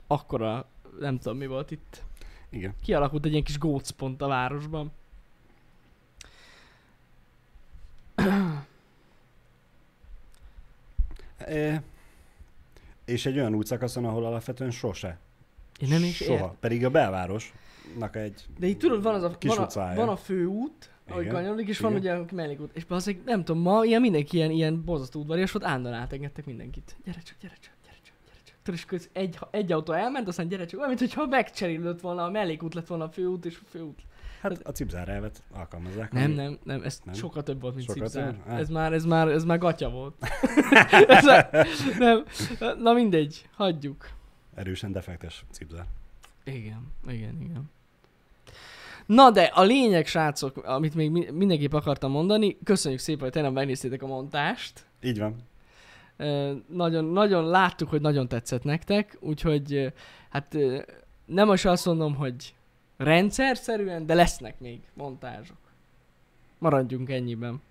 [SPEAKER 1] Akkora, nem tudom mi volt itt.
[SPEAKER 2] Igen.
[SPEAKER 1] Kialakult egy ilyen kis gócpont a városban.
[SPEAKER 2] E, és egy olyan útszakaszon, ahol alapvetően sose.
[SPEAKER 1] Én nem is
[SPEAKER 2] Soha.
[SPEAKER 1] értem.
[SPEAKER 2] Pedig a belvárosnak egy
[SPEAKER 1] De itt tudod, van az a,
[SPEAKER 2] kis
[SPEAKER 1] van a,
[SPEAKER 2] utcája.
[SPEAKER 1] van a főút, ahogy
[SPEAKER 2] Igen,
[SPEAKER 1] kanyarodik, és van
[SPEAKER 2] igen.
[SPEAKER 1] ugye a mellékút. És bazeg, nem tudom, ma ilyen mindenki ilyen, ilyen borzasztó udvarias volt, állandóan átengedtek mindenkit. Gyere csak, gyere csak, gyere csak, gyere csak. Tudod, és akkor ez egy, egy autó elment, aztán gyere csak, olyan, mint hogyha megcserélődött volna, a mellékút lett volna a főút és a főút.
[SPEAKER 2] Hát a cipzár elvet alkalmazzák.
[SPEAKER 1] Nem,
[SPEAKER 2] ami-
[SPEAKER 1] nem, nem, ez
[SPEAKER 2] Nem?
[SPEAKER 1] nem. sokkal több volt, mint
[SPEAKER 2] Sokkal
[SPEAKER 1] cipzár.
[SPEAKER 2] több? Ah. Á.
[SPEAKER 1] Ez már, ez már, ez már gatya volt.
[SPEAKER 2] [LAUGHS]
[SPEAKER 1] [LAUGHS] ez a, nem, na mindegy, hagyjuk.
[SPEAKER 2] Erősen defektes cipzár.
[SPEAKER 1] Igen, igen, igen. Na de a lényeg, srácok, amit még mi- mindenképp akartam mondani, köszönjük szépen, hogy tegnap megnéztétek a montást.
[SPEAKER 2] Így van.
[SPEAKER 1] Ö, nagyon, nagyon láttuk, hogy nagyon tetszett nektek, úgyhogy ö, hát ö, nem most azt mondom, hogy rendszerszerűen, de lesznek még montázsok. Maradjunk ennyiben.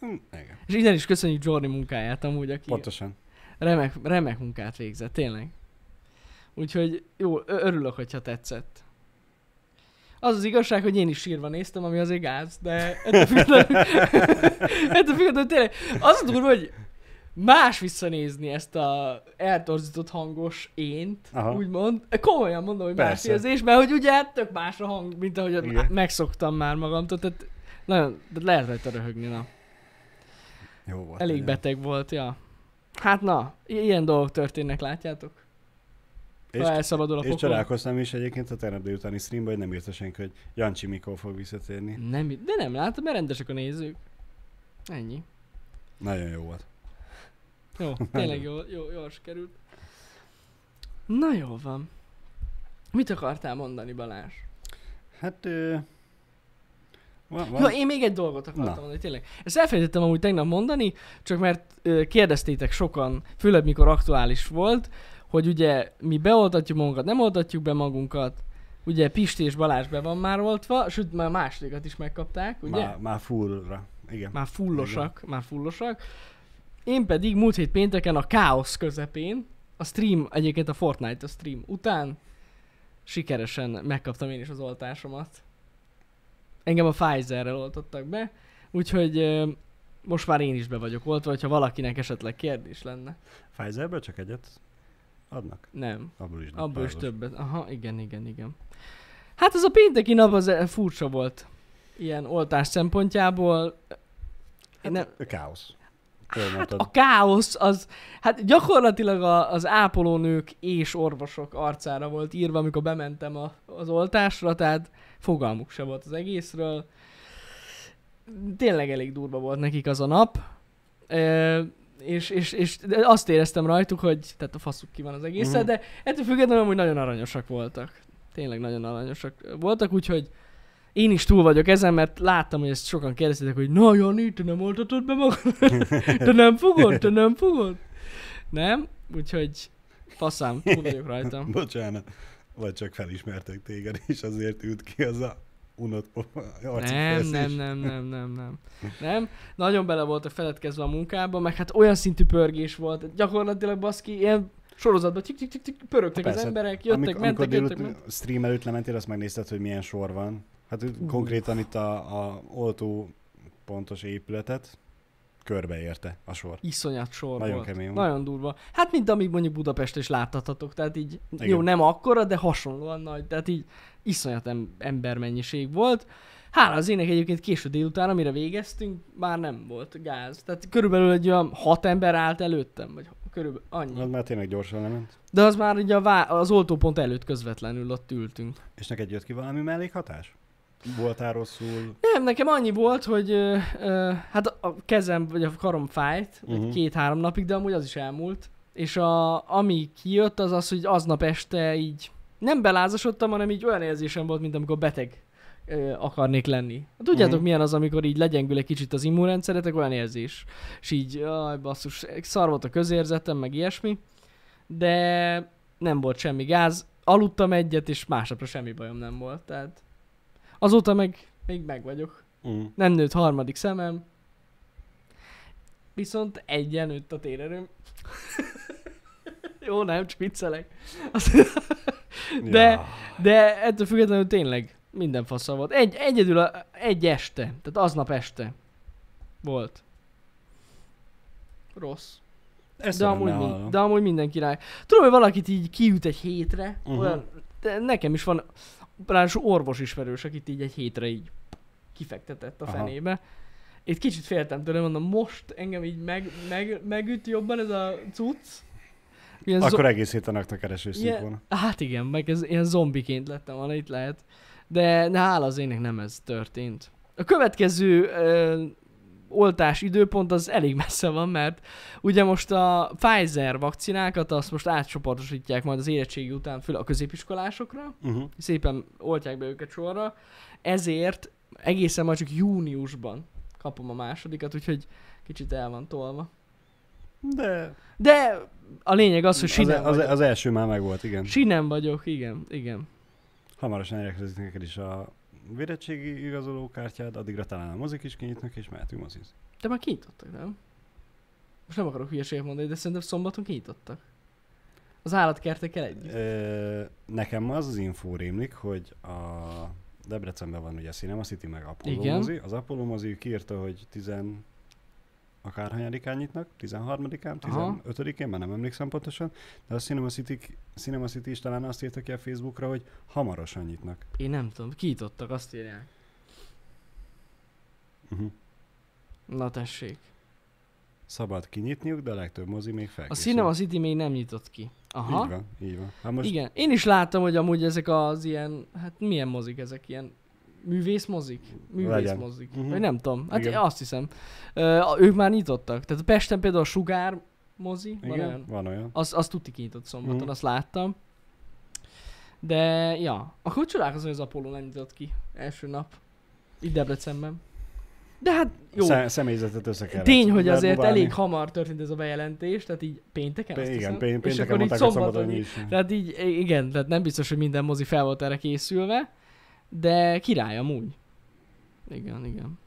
[SPEAKER 2] Hm, igen.
[SPEAKER 1] És innen is köszönjük Jordi munkáját amúgy, aki
[SPEAKER 2] Pontosan.
[SPEAKER 1] remek, remek munkát végzett, tényleg. Úgyhogy jó, ö- örülök, hogyha tetszett. Az az igazság, hogy én is sírva néztem, ami az gáz, de ettől
[SPEAKER 2] [LAUGHS]
[SPEAKER 1] függetlenül, ettől függetlenül tényleg az a durva, hogy más visszanézni ezt a eltorzított hangos ént,
[SPEAKER 2] Aha.
[SPEAKER 1] Aha. úgymond. Komolyan mondom, hogy más
[SPEAKER 2] Persze.
[SPEAKER 1] érzés, mert hogy ugye hát tök más a hang, mint ahogy
[SPEAKER 2] Igen.
[SPEAKER 1] megszoktam már magamtól, tehát nagyon, de lehet rajta röhögni, na.
[SPEAKER 2] Jó volt.
[SPEAKER 1] Elég
[SPEAKER 2] legyen.
[SPEAKER 1] beteg volt, ja. Hát na, i- ilyen dolgok történnek, látjátok?
[SPEAKER 2] És,
[SPEAKER 1] ha elszabadul a
[SPEAKER 2] és
[SPEAKER 1] pokol.
[SPEAKER 2] csodálkoztam is egyébként a tegnap délutáni streamben, hogy nem írta senki, hogy Jancsi mikor fog visszatérni.
[SPEAKER 1] Nem, de nem látod, mert rendesek a nézők. Ennyi.
[SPEAKER 2] Nagyon jó volt.
[SPEAKER 1] [LAUGHS] Jó, tényleg jó, jó, jól sikerült. Na jó van. Mit akartál mondani, Balázs?
[SPEAKER 2] Hát... Ö... Van, van.
[SPEAKER 1] Van? Ja, én még egy dolgot akartam
[SPEAKER 2] Na.
[SPEAKER 1] Na. mondani, tényleg. Ezt elfelejtettem amúgy tegnap mondani, csak mert ö, kérdeztétek sokan, főleg mikor aktuális volt, hogy ugye mi beoltatjuk magunkat, nem oltatjuk be magunkat, ugye Pisti és Balázs be van már oltva, sőt már másodikat is megkapták, ugye?
[SPEAKER 2] Már, már fullra. Igen.
[SPEAKER 1] Már fullosak, már fullosak. Én pedig múlt hét pénteken a káosz közepén, a stream, egyébként a Fortnite a stream után sikeresen megkaptam én is az oltásomat. Engem a Pfizerrel oltottak be, úgyhogy ö, most már én is be vagyok oltva, hogyha valakinek esetleg kérdés lenne.
[SPEAKER 2] Pfizerből csak egyet adnak.
[SPEAKER 1] Nem,
[SPEAKER 2] Abból is,
[SPEAKER 1] abból is
[SPEAKER 2] duplázol.
[SPEAKER 1] többet. Aha, igen, igen, igen. Hát ez a pénteki nap az eh, furcsa volt. Ilyen oltás szempontjából. nem,
[SPEAKER 2] Hát, nem. Káosz. Jól
[SPEAKER 1] Hát
[SPEAKER 2] mondtad.
[SPEAKER 1] a káosz az, hát gyakorlatilag a, az ápolónők és orvosok arcára volt írva, amikor bementem a, az oltásra, tehát fogalmuk se volt az egészről. Tényleg elég durva volt nekik az a nap. E, és, és, és azt éreztem rajtuk, hogy tehát a faszuk ki van az egészen,
[SPEAKER 2] Mhm.
[SPEAKER 1] de ettől függetlenül amúgy nagyon aranyosak voltak. Tényleg nagyon aranyosak voltak, úgyhogy én is túl vagyok ezen, mert láttam, hogy ezt sokan kérdeztétek, hogy na Jani, te nem oltatod be magad?
[SPEAKER 2] [LAUGHS]
[SPEAKER 1] te nem fogod? Te nem fogod? Nem? Úgyhogy faszám, túl vagyok rajta.
[SPEAKER 2] [LAUGHS] Bocsánat. Vagy csak felismertek téged, és azért ült ki az a unott arcifejezés.
[SPEAKER 1] Nem, nem, nem, nem, nem, nem. Nem? Nagyon bele voltak feledkezve a munkába, meg hát olyan szintű pörgés volt, gyakorlatilag baszki, ilyen sorozatban tik tik tik, tik pörögtek az
[SPEAKER 2] Persze.
[SPEAKER 1] emberek, jöttek,
[SPEAKER 2] Amikor-
[SPEAKER 1] mentek,
[SPEAKER 2] amikor
[SPEAKER 1] jöttek, mentek.
[SPEAKER 2] délut- stream előtt lementél, azt megnézted, hogy milyen sor van. Hát úgy
[SPEAKER 1] Ú.
[SPEAKER 2] konkrétan itt a, a oltó pontos épületet körbeérte a sor.
[SPEAKER 1] Iszonyat sor
[SPEAKER 2] Nagyon
[SPEAKER 1] volt.
[SPEAKER 2] kemény volt.
[SPEAKER 1] Nagyon durva. Hát mint amit mondjuk Budapest is láthatatok, tehát így Igen. jó,
[SPEAKER 2] Igen.
[SPEAKER 1] nem akkora, de hasonlóan nagy, tehát így iszonyat em- embermennyiség volt. Hála az ének egyébként késő délután, amire végeztünk, már nem volt gáz. Tehát körülbelül egy olyan hat ember állt előttem, vagy körülbelül annyi.
[SPEAKER 2] Az már tényleg gyorsan lement.
[SPEAKER 1] De az már ugye a vá- az oltópont előtt közvetlenül ott ültünk.
[SPEAKER 2] És neked jött ki valami mellékhatás? Voltál rosszul?
[SPEAKER 1] Nem, nekem annyi volt, hogy ö, ö, hát a, a kezem vagy a karom fájt
[SPEAKER 2] Mhm.
[SPEAKER 1] uh-huh. két-három napig, de amúgy az is elmúlt. És a, ami kijött, az az, hogy aznap este így nem belázasodtam, hanem így olyan érzésem volt, mint amikor beteg ö, akarnék lenni. Tudjátok,
[SPEAKER 2] Mhm.
[SPEAKER 1] uh-huh. milyen az, amikor így legyengül egy kicsit az immunrendszeretek, olyan érzés. És így, jaj, basszus, szar volt a közérzetem, meg ilyesmi. De nem volt semmi gáz. Aludtam egyet, és másnapra semmi bajom nem volt. Tehát azóta meg még meg vagyok.
[SPEAKER 2] Mm.
[SPEAKER 1] Nem nőtt harmadik szemem. Viszont egyen nőtt a térerőm. [LAUGHS] Jó, nem, csak viccelek. De-
[SPEAKER 2] Ja.
[SPEAKER 1] De ettől függetlenül tényleg minden faszal volt. Egy, egyedül a, egy este, tehát aznap este volt. Rossz.
[SPEAKER 2] Ezt
[SPEAKER 1] De
[SPEAKER 2] nem
[SPEAKER 1] amúgy,
[SPEAKER 2] hallom.
[SPEAKER 1] mind, de amúgy minden király. Tudom, hogy valakit így kiüt egy hétre,
[SPEAKER 2] Mhm.
[SPEAKER 1] uh-huh. olyan, de nekem is van, ráadásul orvos ismerős, akit így egy hétre így kifektetett a
[SPEAKER 2] Aha.
[SPEAKER 1] fenébe. Itt kicsit féltem tőle, mondom, most engem így meg, meg, megüt jobban ez a cucc, Ilyen
[SPEAKER 2] Akkor egész héten aktakeresést yeah. volna.
[SPEAKER 1] Hát igen, meg ez ilyen zombiként lettem volna, itt lehet. De de hála az ének nem ez történt. A következő ö, oltás időpont az elég messze van, mert ugye most a Pfizer vakcinákat azt most átcsoportosítják majd az érettségi után, főleg a középiskolásokra,
[SPEAKER 2] Uh-huh.
[SPEAKER 1] szépen oltják be őket sorra, ezért egészen majd csak júniusban kapom a másodikat, úgyhogy kicsit el van tolva.
[SPEAKER 2] De
[SPEAKER 1] De a lényeg az, hogy
[SPEAKER 2] az, e-
[SPEAKER 1] sinem
[SPEAKER 2] az,
[SPEAKER 1] vagyok.
[SPEAKER 2] az, első már megvolt, igen.
[SPEAKER 1] Sinem vagyok, igen, igen.
[SPEAKER 2] Hamarosan elérkezik neked is a védettségi igazolókártyád, addigra talán a mozik is kinyitnak, és mehetünk mozizni.
[SPEAKER 1] De már kinyitottak, nem? Most nem akarok hülyeséget mondani, de szerintem szombaton kinyitottak. Az állatkertekkel együtt.
[SPEAKER 2] Ö, nekem az az infó rémlik, hogy a Debrecenben van ugye a Cinema City, meg Apollo
[SPEAKER 1] Igen.
[SPEAKER 2] Igen. mozi. Az Apollo mozi kiírta, hogy 10 akárhanyadikán nyitnak, 13-án,
[SPEAKER 1] Aha.
[SPEAKER 2] 15-én, már nem emlékszem pontosan, de a Cinema City, Cinema City is talán azt írta ki a Facebookra, hogy hamarosan nyitnak.
[SPEAKER 1] Én nem tudom, kinyitottak, azt írják.
[SPEAKER 2] Uh-huh.
[SPEAKER 1] Na tessék.
[SPEAKER 2] Szabad kinyitniuk, de a legtöbb mozi még
[SPEAKER 1] A
[SPEAKER 2] felkészül.
[SPEAKER 1] Cinema City még nem nyitott ki. Aha.
[SPEAKER 2] Így van, így van. Hát most
[SPEAKER 1] Igen, én is láttam, hogy amúgy ezek az ilyen, hát milyen mozik ezek, ilyen művészmozik? Művészmozik,
[SPEAKER 2] Mhm.
[SPEAKER 1] vagy nem tudom, hát
[SPEAKER 2] Igen.
[SPEAKER 1] Igen. azt hiszem. Ö, a- ők már nyitottak, tehát Pesten például a Sugár mozi, van
[SPEAKER 2] Igen,
[SPEAKER 1] olyan?
[SPEAKER 2] van olyan.
[SPEAKER 1] Az, az tuti kinyitott szombaton,
[SPEAKER 2] Mhm.
[SPEAKER 1] azt láttam. De, ja, akkor csodálkozom, hogy az Apollo nem nyitott ki első nap. Itt Debrecenben. De hát jó,
[SPEAKER 2] Szem, személyzetet össze kellett.
[SPEAKER 1] Tény, hogy azért
[SPEAKER 2] verbuválni.
[SPEAKER 1] elég hamar történt ez a bejelentés, tehát így pénteken
[SPEAKER 2] Pé-
[SPEAKER 1] azt
[SPEAKER 2] igen,
[SPEAKER 1] hiszem,
[SPEAKER 2] pé-
[SPEAKER 1] és
[SPEAKER 2] pénteken
[SPEAKER 1] akkor így
[SPEAKER 2] mondták, hogy szombaton
[SPEAKER 1] szombaton
[SPEAKER 2] is.
[SPEAKER 1] tehát így, igen, tehát nem biztos, hogy minden mozi fel volt erre készülve, de király amúgy. Igen, igen.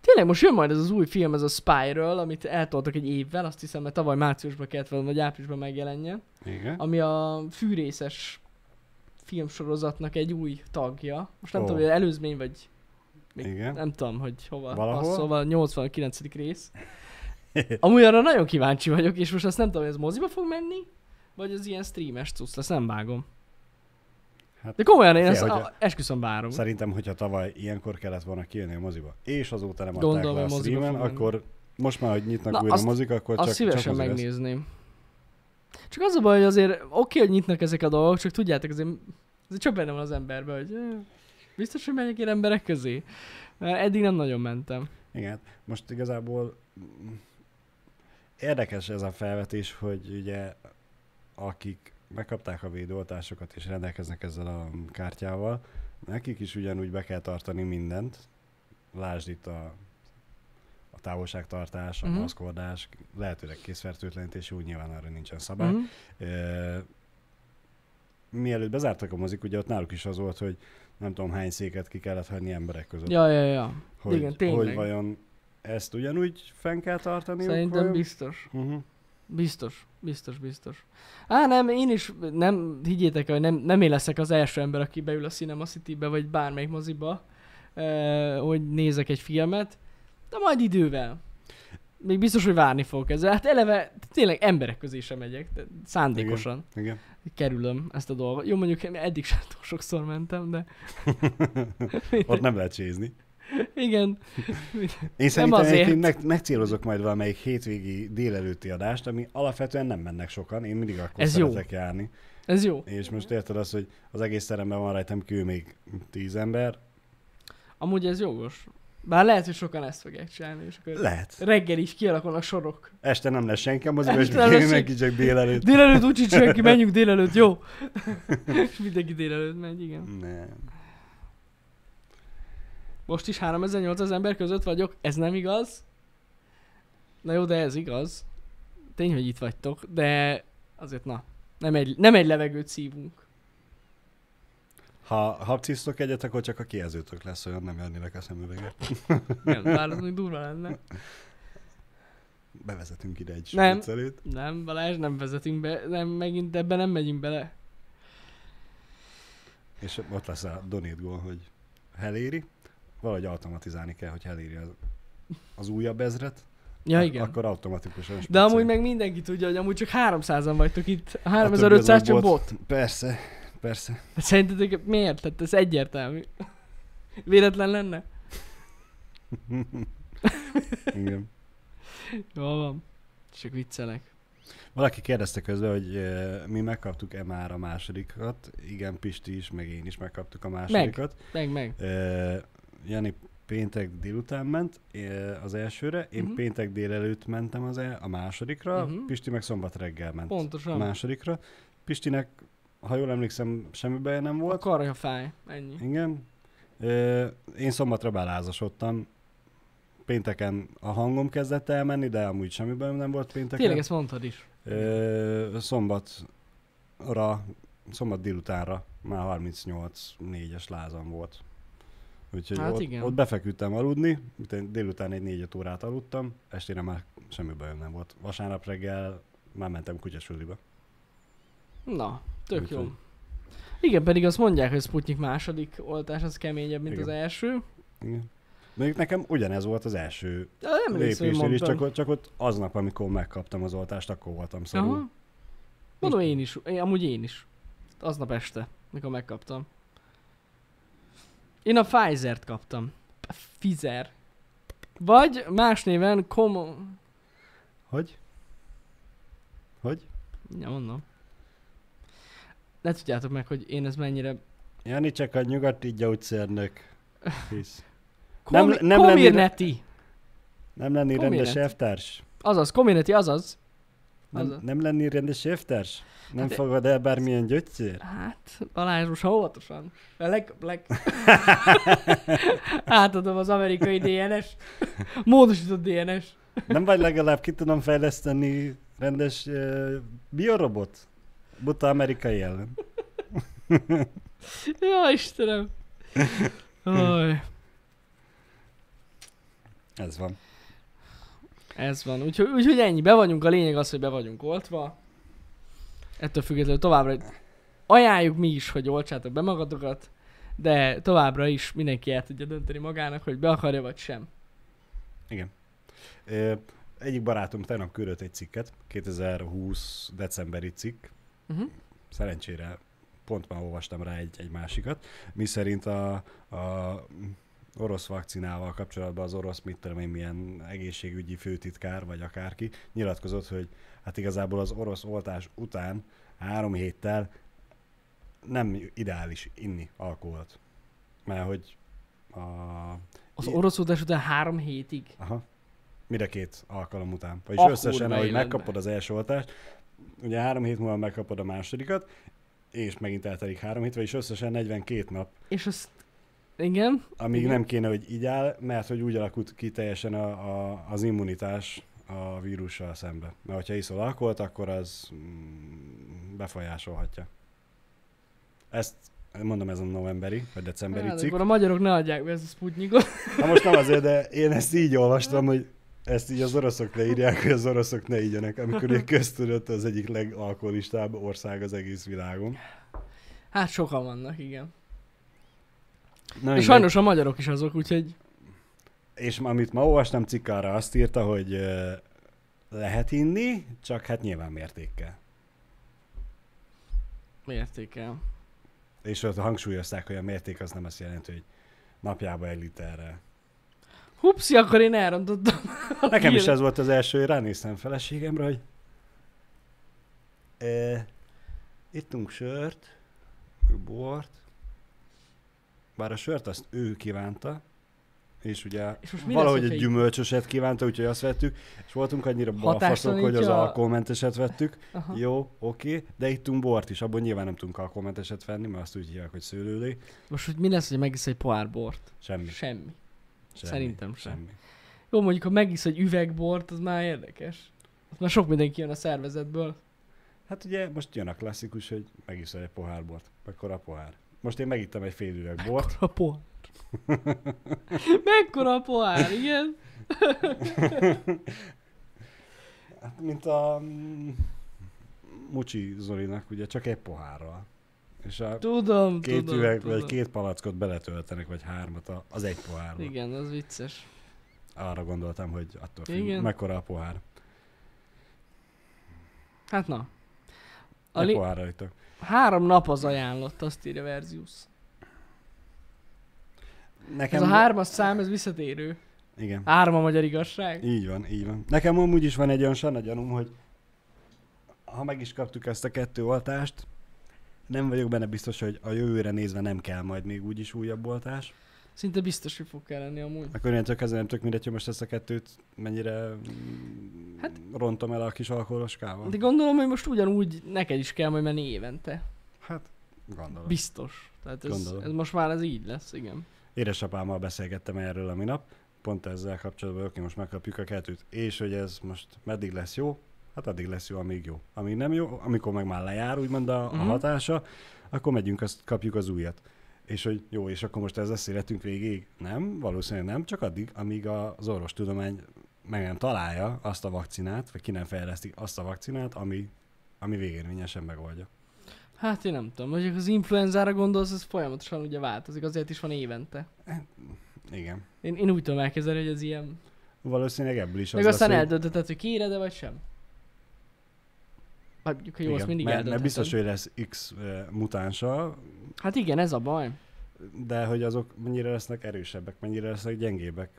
[SPEAKER 1] Tényleg most jön majd ez az új film, ez a Spyről, amit eltoltak egy évvel, azt hiszem, mert tavaly márciusban kellett volna, vagy áprilisban megjelenjen,
[SPEAKER 2] Igen.
[SPEAKER 1] ami a fűrészes filmsorozatnak egy új tagja. Most nem
[SPEAKER 2] Ó.
[SPEAKER 1] tudom, hogy előzmény, vagy még
[SPEAKER 2] Igen.
[SPEAKER 1] nem tudom, hogy hova
[SPEAKER 2] Valahol?
[SPEAKER 1] passzol, a 89. rész. Amúgy arra nagyon kíváncsi vagyok, és most azt nem tudom, hogy ez moziba fog menni, vagy az ilyen streames cucc lesz, nem vágom.
[SPEAKER 2] Hát,
[SPEAKER 1] De komolyan én
[SPEAKER 2] fél,
[SPEAKER 1] ezt
[SPEAKER 2] hogy
[SPEAKER 1] a, esküszöm várom.
[SPEAKER 2] Szerintem, hogyha tavaly ilyenkor kellett volna kijönni a moziba, és azóta nem adták
[SPEAKER 1] Gondolom,
[SPEAKER 2] le a
[SPEAKER 1] hogy moziba fog
[SPEAKER 2] streamen,
[SPEAKER 1] menni.
[SPEAKER 2] akkor most már, hogy nyitnak
[SPEAKER 1] Na,
[SPEAKER 2] újra
[SPEAKER 1] azt-
[SPEAKER 2] a mozik, akkor
[SPEAKER 1] Azt
[SPEAKER 2] csak,
[SPEAKER 1] szívesen
[SPEAKER 2] csak mozi lesz.
[SPEAKER 1] megnézném. Csak az a baj, hogy azért oké, hogy nyitnak ezek a dolgok, csak tudjátok, azért, azért csak benne van az emberbe, hogy eh, biztos, hogy megyek én emberek közé. Mert eddig nem nagyon mentem.
[SPEAKER 2] Igen, most igazából mm, érdekes ez a felvetés, hogy ugye akik megkapták a védőoltásokat és rendelkeznek ezzel a kártyával, nekik is ugyanúgy be kell tartani mindent. Lásd itt a, a távolságtartás, a
[SPEAKER 1] Mhm.
[SPEAKER 2] maszkodás, lehetőleg készfertőtlenítés, úgy nyilván arra nincsen szabály.
[SPEAKER 1] Mhm.
[SPEAKER 2] Ö, mielőtt bezártak a mozik, ugye ott náluk is az volt, hogy nem tudom hány széket ki kellett hagyni emberek között
[SPEAKER 1] Ja, ja, ja.
[SPEAKER 2] hogy,
[SPEAKER 1] Igen, tényleg.
[SPEAKER 2] hogy vajon ezt ugyanúgy fenn kell tartani?
[SPEAKER 1] Szerintem biztos.
[SPEAKER 2] Uh-huh.
[SPEAKER 1] Biztos, biztos, biztos. Á, nem, én is nem, higgyétek el, hogy nem, nem én leszek az első ember, aki beül a Cinema City-be, vagy bármelyik moziba, eh, hogy nézek egy filmet, de majd idővel. Még biztos, hogy várni fogok ezzel. Hát eleve tényleg emberek közé sem megyek, de szándékosan [LAUGHS]
[SPEAKER 2] Igen.
[SPEAKER 1] kerülöm ezt a dolgot. Jó, mondjuk én eddig sem túl sokszor mentem, de
[SPEAKER 2] Ott nem lehet sézni.
[SPEAKER 1] igen.
[SPEAKER 2] Én szerintem
[SPEAKER 1] azért.
[SPEAKER 2] egyébként meg, megcélozok majd valamelyik hétvégi délelőtti adást, ami alapvetően nem mennek sokan, én mindig akkor
[SPEAKER 1] Ez
[SPEAKER 2] Ez
[SPEAKER 1] jó.
[SPEAKER 2] szeretek jó. járni.
[SPEAKER 1] Ez jó.
[SPEAKER 2] És most érted azt, hogy az egész teremben van rajtam kívül még tíz ember?
[SPEAKER 1] Amúgy ez jogos. Bár lehet, hogy sokan ezt fogják csinálni, és akkor
[SPEAKER 2] Lehet.
[SPEAKER 1] reggel is kialakulnak sorok.
[SPEAKER 2] Este nem lesz senki a moziban, és
[SPEAKER 1] Este nem lesz
[SPEAKER 2] még
[SPEAKER 1] senki.
[SPEAKER 2] mindenki csak délelőtt.
[SPEAKER 1] Délelőtt úgy sincs senki, menjünk délelőtt, jó? És mindenki délelőtt megy, igen.
[SPEAKER 2] Nem.
[SPEAKER 1] Most is 3800 ember között vagyok, ez nem igaz. Na jó, de ez igaz. Tény, hogy itt vagytok, de azért na, nem egy, nem egy levegőt szívunk.
[SPEAKER 2] Ha habcisztok egyet, akkor csak a kijelzőtök lesz, olyan nem jönnének a szemüveget.
[SPEAKER 1] Nem, bár az még durva lenne.
[SPEAKER 2] Bevezetünk ide egy
[SPEAKER 1] Nem.
[SPEAKER 2] spriccelőt.
[SPEAKER 1] Nem, Balázs, nem vezetünk be, nem, megint ebbe nem megyünk bele.
[SPEAKER 2] És ott lesz a donate gól, hogy heléri, valahogy automatizálni kell, hogy heléri az, az újabb ezret,
[SPEAKER 1] Ja,
[SPEAKER 2] ak-
[SPEAKER 1] igen.
[SPEAKER 2] Hát, akkor automatikusan
[SPEAKER 1] de amúgy
[SPEAKER 2] spiccelünk.
[SPEAKER 1] meg mindenki tudja, hogy amúgy csak 300-an vagytok itt. A
[SPEAKER 2] A többi az
[SPEAKER 1] 3500 csak
[SPEAKER 2] meg
[SPEAKER 1] bot.
[SPEAKER 2] Persze, persze.
[SPEAKER 1] Hát Szerintetek miért? Tehát ez egyértelmű. Véletlen lenne?
[SPEAKER 2] Igen.
[SPEAKER 1] Jó van. Csak viccelek.
[SPEAKER 2] Valaki kérdezte közben, hogy ö, mi megkaptuk-e már a másodikat. Igen, Pisti is, meg én is megkaptuk a másodikat.
[SPEAKER 1] Meg, meg.
[SPEAKER 2] Ö, Jani péntek délután ment ö, az elsőre, én
[SPEAKER 1] Mhm.
[SPEAKER 2] uh-huh. péntek délelőtt mentem az el, a másodikra,
[SPEAKER 1] Mhm.
[SPEAKER 2] uh-huh. Pisti meg szombat reggel ment a
[SPEAKER 1] Pontosan.
[SPEAKER 2] másodikra. Pistinek, ha jól emlékszem, semmi baja nem
[SPEAKER 1] A
[SPEAKER 2] volt.
[SPEAKER 1] karja fáj. Ennyi.
[SPEAKER 2] Igen. Ö, én szombatra belázasodtam. Pénteken a hangom kezdett elmenni, de amúgy semmiben nem volt pénteken.
[SPEAKER 1] Tényleg ezt mondtad is.
[SPEAKER 2] Ö, szombatra, szombat délutánra már 38-4-es lázam volt. Úgyhogy
[SPEAKER 1] Hát
[SPEAKER 2] ott,
[SPEAKER 1] igen.
[SPEAKER 2] ott befeküdtem aludni, utána délután egy 4 órát aludtam, estére már semmi bajom nem volt. Vasárnap reggel már mentem kutyasülibe.
[SPEAKER 1] Na, tök jó.
[SPEAKER 2] Úgyhogy-
[SPEAKER 1] Igen, pedig azt mondják, hogy Sputnik második oltás az keményebb, mint
[SPEAKER 2] Igen.
[SPEAKER 1] az első.
[SPEAKER 2] Igen. Még nekem ugyanez volt az első
[SPEAKER 1] De nem emlékszem, hogy
[SPEAKER 2] lépésnél is,
[SPEAKER 1] mondtam.
[SPEAKER 2] csak, ott- csak ott aznap, amikor megkaptam az oltást, akkor voltam szomorú.
[SPEAKER 1] Aha. Mondom én is, én, amúgy én is. Aznap este, mikor megkaptam. Én a Pfizer-t kaptam. Pfizer. Vagy más néven komo...
[SPEAKER 2] Hogy? Hogy?
[SPEAKER 1] Ja, mondom. Ne tudjátok meg, hogy én ez mennyire...
[SPEAKER 2] Jani csak a nyugati gyógyszernök. Hisz. Nem-
[SPEAKER 1] Komi-
[SPEAKER 2] nem lenni-
[SPEAKER 1] Komirneti!
[SPEAKER 2] Nem lenni
[SPEAKER 1] Komi
[SPEAKER 2] rendes
[SPEAKER 1] lett?
[SPEAKER 2] elvtárs?
[SPEAKER 1] Azaz, Komirneti, azaz.
[SPEAKER 2] Nem,
[SPEAKER 1] Azaz.
[SPEAKER 2] nem lenni rendes elvtárs? Nem
[SPEAKER 1] Hát-
[SPEAKER 2] fogad el bármilyen gyógyszer?
[SPEAKER 1] Hát, Balázs most óvatosan. A leg... leg... Átadom az amerikai DNS. Módosított DNS.
[SPEAKER 2] Nem vagy legalább ki tudom fejleszteni rendes uh, biorobot? Buta amerikai ellen.
[SPEAKER 1] Ja, Istenem. Aj,
[SPEAKER 2] Ez van.
[SPEAKER 1] ez van. Úgyhogy, úgyhogy ennyi, be vagyunk. A lényeg az, hogy be vagyunk oltva. Ettől függetlenül továbbra ajánljuk mi is, hogy oltsátok be magatokat, de továbbra is mindenki el tudja dönteni magának, hogy be akarja vagy sem.
[SPEAKER 2] Ö, egyik barátom tegnap küldött egy cikket, 2020 decemberi cikk,
[SPEAKER 1] Uh-huh.
[SPEAKER 2] szerencsére pont már olvastam rá egy, egy másikat, mi szerint a, a orosz vakcinával kapcsolatban az orosz, mit tudom én, milyen egészségügyi főtitkár, vagy akárki, nyilatkozott, hogy hát igazából az orosz oltás után három héttel nem ideális inni alkoholt. Mert hogy a...
[SPEAKER 1] Az
[SPEAKER 2] I-
[SPEAKER 1] orosz utás után három hétig.
[SPEAKER 2] Aha, mire két alkalom után. Vagyis
[SPEAKER 1] A
[SPEAKER 2] összesen,
[SPEAKER 1] kurva
[SPEAKER 2] ahogy
[SPEAKER 1] életbe.
[SPEAKER 2] megkapod az első oltást, ugye három hét múlva megkapod a másodikat, és megint eltelik három hét, vagyis összesen 42 nap,
[SPEAKER 1] És azt... Igen?
[SPEAKER 2] amíg
[SPEAKER 1] Igen.
[SPEAKER 2] nem kéne, hogy így áll, mert hogy úgy alakult ki teljesen a, a, az immunitás a vírussal szembe. Mert hogyha iszol alkoholt, akkor az mm, befolyásolhatja. Ezt mondom, ez a novemberi vagy decemberi
[SPEAKER 1] Hát,
[SPEAKER 2] cikk.
[SPEAKER 1] akkor a magyarok ne adják be ezt a Sputnikot. [LAUGHS]
[SPEAKER 2] Na most nem azért, de én ezt így olvastam, hogy ezt így az oroszok leírják, hogy az oroszok ne igyanak, amikor egy köztudott az egyik legalkoholistább ország az egész világon.
[SPEAKER 1] Hát sokan vannak, igen.
[SPEAKER 2] Na,
[SPEAKER 1] És sajnos a magyarok is azok, úgyhogy...
[SPEAKER 2] És amit ma olvastam cikk arra azt írta, hogy ö, lehet inni, csak hát nyilván mértékkel.
[SPEAKER 1] Mértékel.
[SPEAKER 2] És ott hangsúlyozták, hogy a mérték az nem azt jelenti, hogy napjában egy literre.
[SPEAKER 1] Hupszi, akkor én elrontottam. a
[SPEAKER 2] Nekem is
[SPEAKER 1] híret.
[SPEAKER 2] ez volt az első, ránéztem feleségemre, hogy e, ittunk sört, meg bort, bár a sört azt ő kívánta, és ugye
[SPEAKER 1] És most mi lesz,
[SPEAKER 2] valahogy
[SPEAKER 1] hogyha
[SPEAKER 2] egy
[SPEAKER 1] így-
[SPEAKER 2] gyümölcsöset kívánta, úgyhogy azt vettük, és voltunk annyira balfaszok, hogy
[SPEAKER 1] Hatástalanítja
[SPEAKER 2] az
[SPEAKER 1] a-
[SPEAKER 2] alkoholmenteset vettük.
[SPEAKER 1] Aha.
[SPEAKER 2] Jó, oké, de ittunk bort is, abból nyilván nem tudunk alkoholmenteset venni, mert azt úgy hívják, hogy szőlőlé.
[SPEAKER 1] Most, hogy mi lesz, hogy megisz egy pohár bort?
[SPEAKER 2] Semmi,
[SPEAKER 1] Semmi.
[SPEAKER 2] semmi.
[SPEAKER 1] Szerintem sem.
[SPEAKER 2] Semmi.
[SPEAKER 1] Jó, mondjuk, ha megisz egy üvegbort, az már érdekes. Ott már sok mindenki jön a szervezetből.
[SPEAKER 2] Hát ugye most jön a klasszikus, hogy megiszol egy pohár bort. Mekkora pohár? Most én megittem egy fél üveg bort.
[SPEAKER 1] Mekkora
[SPEAKER 2] [LAUGHS]
[SPEAKER 1] pohár. Mekkora a pohár, igen?
[SPEAKER 2] Hát, mint a mm, Mucsi Zolinak, ugye csak egy pohárral. És a
[SPEAKER 1] Tudom,
[SPEAKER 2] két
[SPEAKER 1] tudom,
[SPEAKER 2] üveg,
[SPEAKER 1] tudom.
[SPEAKER 2] vagy két palackot beletöltenek, vagy hármat a- az egy pohárba.
[SPEAKER 1] Igen, az vicces.
[SPEAKER 2] Arra gondoltam, hogy attól függ,
[SPEAKER 1] Igen.
[SPEAKER 2] mekkora a pohár.
[SPEAKER 1] Hát na. A
[SPEAKER 2] Egy
[SPEAKER 1] li-
[SPEAKER 2] pohár rajta.
[SPEAKER 1] három nap az ajánlott, azt írja Verzius. Ez
[SPEAKER 2] Nekem
[SPEAKER 1] a hármas szám, ez visszatérő.
[SPEAKER 2] Igen.
[SPEAKER 1] Három a magyar igazság.
[SPEAKER 2] Így van, így van. Nekem amúgy is van egy olyan sarna gyanúm, hogy ha meg is kaptuk ezt a kettő oltást, nem vagyok benne biztos, hogy a jövőre nézve nem kell majd még úgyis újabb oltás.
[SPEAKER 1] Szinte biztos, hogy fog kell lenni amúgy.
[SPEAKER 2] Akkor innentől kezdve nem tök mindegy, hogy most ezt a kettőt mennyire hát, rontom el a kis alkoholoskával.
[SPEAKER 1] De gondolom, hogy most ugyanúgy neked is kell majd menni évente.
[SPEAKER 2] Hát, gondolom.
[SPEAKER 1] Biztos. Tehát ez,
[SPEAKER 2] Gondolom.
[SPEAKER 1] ez most már ez így lesz, igen.
[SPEAKER 2] Édesapámmal beszélgettem erről a minap, pont ezzel kapcsolatban, hogy oké, most megkapjuk a kettőt, és hogy ez most meddig lesz jó, hát addig lesz jó, amíg jó. Amíg nem jó, amikor meg már lejár, úgymond a, mm-hmm. a
[SPEAKER 1] Mhm.
[SPEAKER 2] hatása, akkor megyünk, azt kapjuk az újat. És hogy jó, és akkor most ez lesz életünk végig? Nem, valószínűleg nem, csak addig, amíg az orvostudomány meg nem találja azt a vakcinát, vagy ki nem fejleszti azt a vakcinát, ami, ami végérvényesen megoldja.
[SPEAKER 1] Hát én nem tudom, hogy az influenzára gondolsz, ez folyamatosan ugye változik, azért is van évente.
[SPEAKER 2] Igen.
[SPEAKER 1] Én, én úgy tudom elkezdeni, hogy ez ilyen.
[SPEAKER 2] Valószínűleg ebből is
[SPEAKER 1] Meg
[SPEAKER 2] az
[SPEAKER 1] aztán
[SPEAKER 2] lesz, hogy-
[SPEAKER 1] eldöntheted, hogy kiéred de vagy sem. Hát Mondjuk, hogy jó, azt mindig
[SPEAKER 2] mert, mert
[SPEAKER 1] eldöntheted.
[SPEAKER 2] biztos, hogy lesz X eh, mutánsa,
[SPEAKER 1] Hát igen, ez a baj.
[SPEAKER 2] de hogy azok mennyire lesznek erősebbek, mennyire lesznek gyengébbek,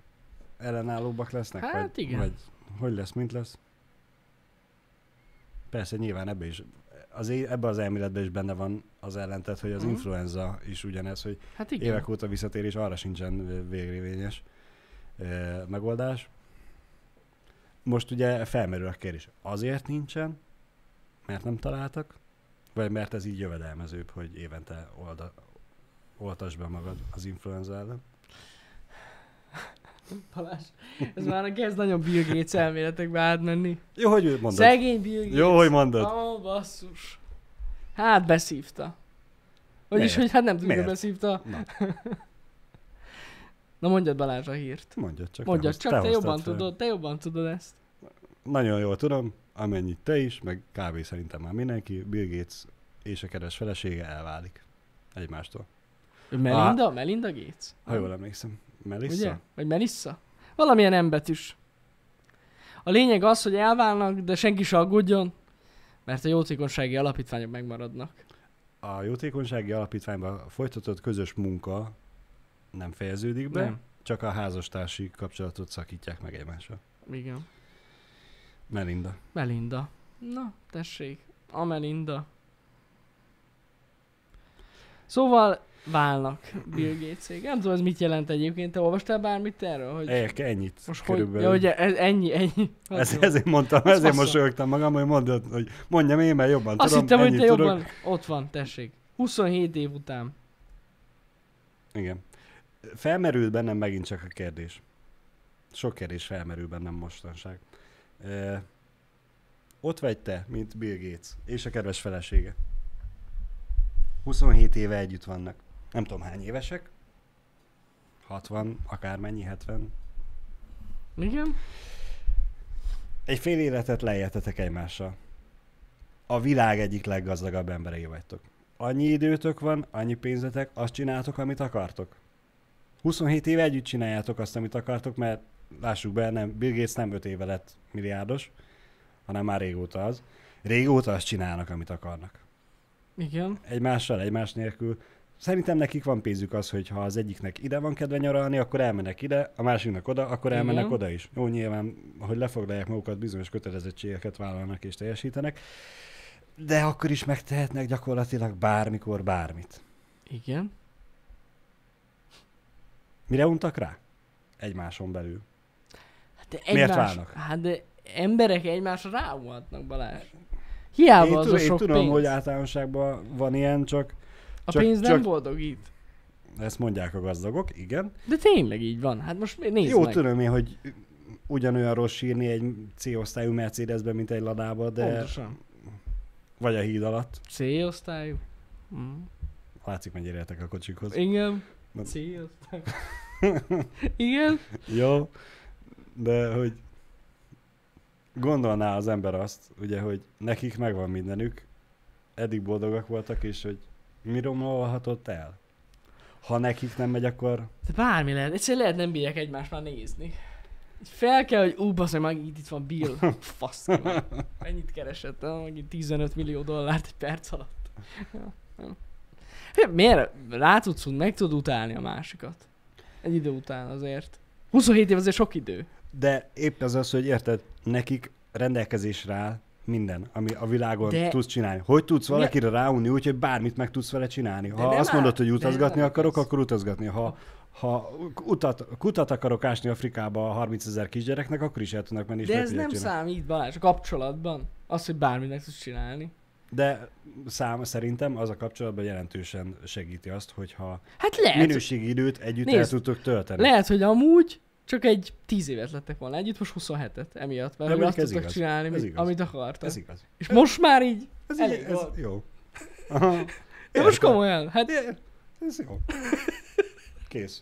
[SPEAKER 2] ellenállóbbak lesznek?
[SPEAKER 1] Hát
[SPEAKER 2] vagy,
[SPEAKER 1] igen.
[SPEAKER 2] Vagy hogy lesz, mint lesz? Persze, nyilván ebbe is, az, é- ebbe az elméletben is benne van az ellentet, hogy az
[SPEAKER 1] Mhm.
[SPEAKER 2] influenza is ugyanez, hogy
[SPEAKER 1] Hát igen.
[SPEAKER 2] évek óta visszatérés, arra sincsen végrévényes ö, megoldás. Most ugye felmerül a kérdés, azért nincsen, mert nem találtak, vagy mert ez így jövedelmezőbb, hogy évente olda, oltasd be magad az influenza ellen?
[SPEAKER 1] Balázs, ez már kezd nagyon Bill Gates elméletekbe átmenni.
[SPEAKER 2] Jó, hogy mondod.
[SPEAKER 1] Szegény Bill Gates.
[SPEAKER 2] Jó, hogy mondod.
[SPEAKER 1] Ó, basszus. Hát beszívta. Vagyis,
[SPEAKER 2] Miért?
[SPEAKER 1] hogy hát nem tudja,
[SPEAKER 2] Miért?
[SPEAKER 1] beszívta.
[SPEAKER 2] Na, hát
[SPEAKER 1] Na mondjad Balázs a hírt.
[SPEAKER 2] mondjad csak.
[SPEAKER 1] Mondjad
[SPEAKER 2] hoz-
[SPEAKER 1] csak, te,
[SPEAKER 2] hoztad
[SPEAKER 1] jobban
[SPEAKER 2] fel.
[SPEAKER 1] tudod, te jobban tudod ezt.
[SPEAKER 2] Nagyon jól tudom, amennyit te is, meg kb. szerintem már mindenki, Bill Gates és a kedves felesége elválik egymástól.
[SPEAKER 1] Melinda? Ah. Melinda Gates?
[SPEAKER 2] Ha jól emlékszem. Melissa?
[SPEAKER 1] Ugye? Vagy Melissa? Valamilyen embetűs. A lényeg az, hogy elválnak, de senki se aggódjon, mert a jótékonysági alapítványok megmaradnak.
[SPEAKER 2] A jótékonysági alapítványban folytatott közös munka nem fejeződik be, nem.
[SPEAKER 1] Nem.
[SPEAKER 2] csak a házastársi kapcsolatot szakítják meg egymással.
[SPEAKER 1] Igen.
[SPEAKER 2] Melinda.
[SPEAKER 1] Melinda. Na, tessék. A Melinda. Szóval válnak Bill Gates-ék. Nem tudom, ez mit jelent egyébként. Te olvastál bármit erről? Hogy
[SPEAKER 2] Ejek, ennyit
[SPEAKER 1] most hogy...
[SPEAKER 2] körülbelül.
[SPEAKER 1] Ja, ugye ez, ennyi, ennyi. Hát
[SPEAKER 2] Ez,
[SPEAKER 1] jó.
[SPEAKER 2] ezért mondtam,
[SPEAKER 1] Ez
[SPEAKER 2] ezért
[SPEAKER 1] faszom.
[SPEAKER 2] mosolyogtam magam, hogy mondod, hogy mondjam én, mert jobban
[SPEAKER 1] Azt
[SPEAKER 2] tudom,
[SPEAKER 1] hittem, hogy
[SPEAKER 2] ennyit
[SPEAKER 1] te
[SPEAKER 2] tudok.
[SPEAKER 1] jobban... Ott van, tessék. 27 év után.
[SPEAKER 2] Igen. Felmerült bennem megint csak a kérdés. Sok kérdés felmerül bennem mostanság. Ö, ott vagy te, mint Bill Gates, és a kedves felesége. 27 éve együtt vannak. Nem tudom hány évesek. 60, akármennyi, 70.
[SPEAKER 1] Igen?
[SPEAKER 2] Egy fél életet leéltetek egymással. A világ egyik leggazdagabb emberei vagytok. Annyi időtök van, annyi pénzetek, azt csináltok, amit akartok. 27 éve együtt csináljátok azt, amit akartok, mert lássuk be, nem, Bill Gates nem 5 éve lett milliárdos, hanem már régóta az. Régóta azt csinálnak, amit akarnak.
[SPEAKER 1] Igen.
[SPEAKER 2] Egymással, egymás nélkül. Szerintem nekik van pénzük az, hogy ha az egyiknek ide van kedve nyaralni, akkor elmennek ide, a másiknak oda, akkor elmennek
[SPEAKER 1] Igen.
[SPEAKER 2] oda is. Jó, nyilván, hogy lefoglalják magukat, bizonyos kötelezettségeket vállalnak és teljesítenek, de akkor is megtehetnek gyakorlatilag bármikor bármit.
[SPEAKER 1] Igen.
[SPEAKER 2] Mire untak rá? Egymáson belül.
[SPEAKER 1] Hát de egymás,
[SPEAKER 2] Miért válnak?
[SPEAKER 1] Hát de emberek egymásra ráuhatnak, Balázs. Hiába az
[SPEAKER 2] tudom,
[SPEAKER 1] a sok
[SPEAKER 2] tudom
[SPEAKER 1] pénz.
[SPEAKER 2] hogy általánosságban van ilyen, csak
[SPEAKER 1] a
[SPEAKER 2] csak-
[SPEAKER 1] pénz nem
[SPEAKER 2] csak-
[SPEAKER 1] boldogít.
[SPEAKER 2] ezt mondják a gazdagok, igen.
[SPEAKER 1] De tényleg így van. Hát most mi- nézd
[SPEAKER 2] Jó,
[SPEAKER 1] meg.
[SPEAKER 2] tudom én, hogy ugyanolyan rossz sírni egy C-osztályú Mercedesbe, mint egy Ladába, de...
[SPEAKER 1] Pontosan.
[SPEAKER 2] Vagy a híd alatt.
[SPEAKER 1] C-osztályú. Mm.
[SPEAKER 2] Látszik, mennyire értek a kocsikhoz.
[SPEAKER 1] Igen.
[SPEAKER 2] Na. [LAUGHS]
[SPEAKER 1] C-osztályú. Igen.
[SPEAKER 2] Jó, de hogy gondolná az ember azt, ugye, hogy nekik megvan mindenük, eddig boldogak voltak, és hogy mi romolhatott el? Ha nekik nem megy, akkor
[SPEAKER 1] De bármi lehet. Egyszerűen lehet nem bírják egymást már nézni. Így Fel kell, hogy ú, basz, meg itt, itt van
[SPEAKER 2] [LAUGHS]
[SPEAKER 1] Bill. Fasz, ki van. Mennyit keresett? Ah, Megint 15 millió dollárt egy perc alatt. Ja, ja. Hát Miért? Rá tudsz, hogy meg tudod utálni a másikat. Egy idő után azért. 27 év azért sok idő.
[SPEAKER 2] De épp az az, hogy érted, nekik rendelkezésre áll Minden, ami a világon
[SPEAKER 1] De-
[SPEAKER 2] de... tudsz csinálni. Hogy tudsz valakire ráunni úgy, hogy bármit meg tudsz vele csinálni? Ha
[SPEAKER 1] nem
[SPEAKER 2] azt
[SPEAKER 1] áll-
[SPEAKER 2] mondod, hogy
[SPEAKER 1] de
[SPEAKER 2] utazgatni
[SPEAKER 1] nem
[SPEAKER 2] akarok,
[SPEAKER 1] akarsz.
[SPEAKER 2] akkor utazgatni. Ha, ha utat, kutat akarok ásni Afrikába a 30 ezer kisgyereknek, akkor is el tudnak menni. és
[SPEAKER 1] De
[SPEAKER 2] meg
[SPEAKER 1] ez
[SPEAKER 2] tudják
[SPEAKER 1] nem
[SPEAKER 2] csinálni.
[SPEAKER 1] számít, Balázs, a kapcsolatban. Az, hogy bármit meg tudsz csinálni.
[SPEAKER 2] De szám szerintem az a kapcsolatban jelentősen segíti azt, hogyha
[SPEAKER 1] Hát lehet,
[SPEAKER 2] minőségi időt együtt el
[SPEAKER 1] Nézd,
[SPEAKER 2] tudtok tölteni.
[SPEAKER 1] lehet, hogy amúgy csak egy 10 évet lettek volna együtt, most 27-et emiatt, mert
[SPEAKER 2] De
[SPEAKER 1] hogy azt
[SPEAKER 2] mondjuk ez
[SPEAKER 1] tudtak
[SPEAKER 2] igaz.
[SPEAKER 1] csinálni,
[SPEAKER 2] Ez
[SPEAKER 1] amit,
[SPEAKER 2] igaz.
[SPEAKER 1] amit akartak.
[SPEAKER 2] Ez igaz.
[SPEAKER 1] És most már így,
[SPEAKER 2] Ez,
[SPEAKER 1] Elég
[SPEAKER 2] így, ez
[SPEAKER 1] volt. [LAUGHS]
[SPEAKER 2] jó. Aha.
[SPEAKER 1] de most komolyan, hát
[SPEAKER 2] É, Ez jó. Kész.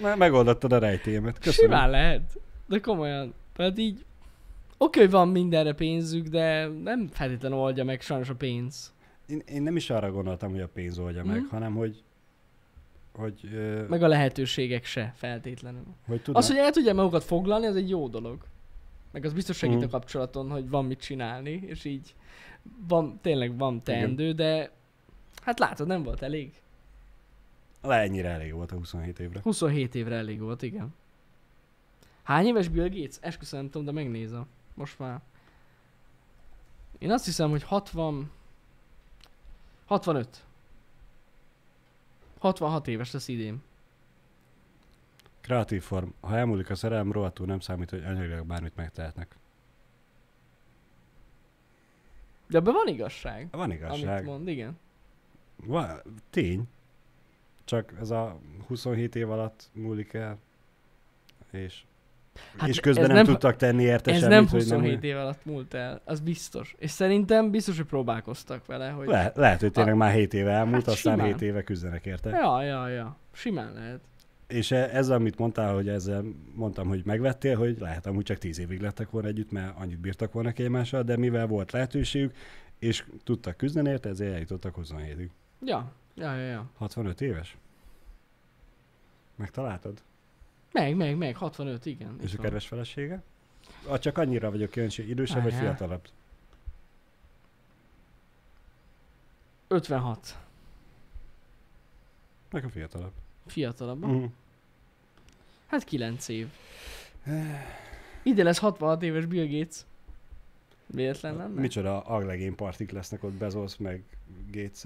[SPEAKER 2] Már megoldottad a rejtélyemet. Köszönöm.
[SPEAKER 1] Hát- Simán lehet, de komolyan. Tehát így, oké, hogy van mindenre pénzük, de nem feltétlenül oldja meg sajnos a pénz.
[SPEAKER 2] Én, én nem is arra gondoltam, hogy a pénz oldja meg,
[SPEAKER 1] Mhm.
[SPEAKER 2] hanem hogy hogy, ö,
[SPEAKER 1] Meg a lehetőségek se feltétlenül.
[SPEAKER 2] hogy tudnak.
[SPEAKER 1] Az, hogy el tudja magukat foglalni, az egy jó dolog. Meg az biztos segít
[SPEAKER 2] Mm.
[SPEAKER 1] a kapcsolaton, hogy van mit csinálni, és így van, tényleg van teendő, de hát látod, nem volt elég.
[SPEAKER 2] Le ennyire elég volt a 27 évre.
[SPEAKER 1] 27 évre elég volt, igen. Hány éves Bill Gates? Esküszöm, nem tudom, de megnézem. Most már. Én azt hiszem, hogy 60... 65. 66 éves lesz idén.
[SPEAKER 2] Kreatív form. Ha elmúlik a szerelem, rohadtul nem számít, hogy anyagilag bármit megtehetnek.
[SPEAKER 1] De ebben van igazság.
[SPEAKER 2] Van
[SPEAKER 1] Amit
[SPEAKER 2] igazság.
[SPEAKER 1] mond, igen.
[SPEAKER 2] Van, tény. Csak ez a 27 év alatt múlik el, és,
[SPEAKER 1] Hát
[SPEAKER 2] hát és
[SPEAKER 1] ez
[SPEAKER 2] közben nem,
[SPEAKER 1] nem-
[SPEAKER 2] nem tudtak tenni érte
[SPEAKER 1] Ez
[SPEAKER 2] semmit,
[SPEAKER 1] nem
[SPEAKER 2] hogy
[SPEAKER 1] 27 év alatt múlt el, az biztos. És szerintem biztos, hogy próbálkoztak vele, hogy...
[SPEAKER 2] Le, lehet, hogy tényleg már 7 éve elmúlt,
[SPEAKER 1] Hát
[SPEAKER 2] hát aztán
[SPEAKER 1] simán.
[SPEAKER 2] 7 éve küzdenek érte.
[SPEAKER 1] Ja, ja, ja. Simán lehet.
[SPEAKER 2] És e- ez, amit mondtál, hogy ezzel mondtam, hogy megvettél, hogy lehet amúgy csak 10 évig lettek volna együtt, mert annyit bírtak volna ki egymással, de mivel volt lehetőségük, és tudtak küzdeni érte, ezért eljutottak 27-ig.
[SPEAKER 1] Ja, ja, ja, ja.
[SPEAKER 2] 65 éves? Megtaláltad?
[SPEAKER 1] Meg, meg, meg, 65, igen.
[SPEAKER 2] És
[SPEAKER 1] itt
[SPEAKER 2] a
[SPEAKER 1] van.
[SPEAKER 2] kedves felesége? Ah, csak annyira vagyok kíváncsi, hogy idősebb vagy
[SPEAKER 1] Várjál.
[SPEAKER 2] fiatalabb?
[SPEAKER 1] 56.
[SPEAKER 2] Meg a fiatalabb.
[SPEAKER 1] Fiatalabb.
[SPEAKER 2] Mm.
[SPEAKER 1] Hát 9 év. Ide lesz 66 éves Bill Gates. Véletlen lenne?
[SPEAKER 2] Micsoda aglegény partik lesznek ott Bezos meg gates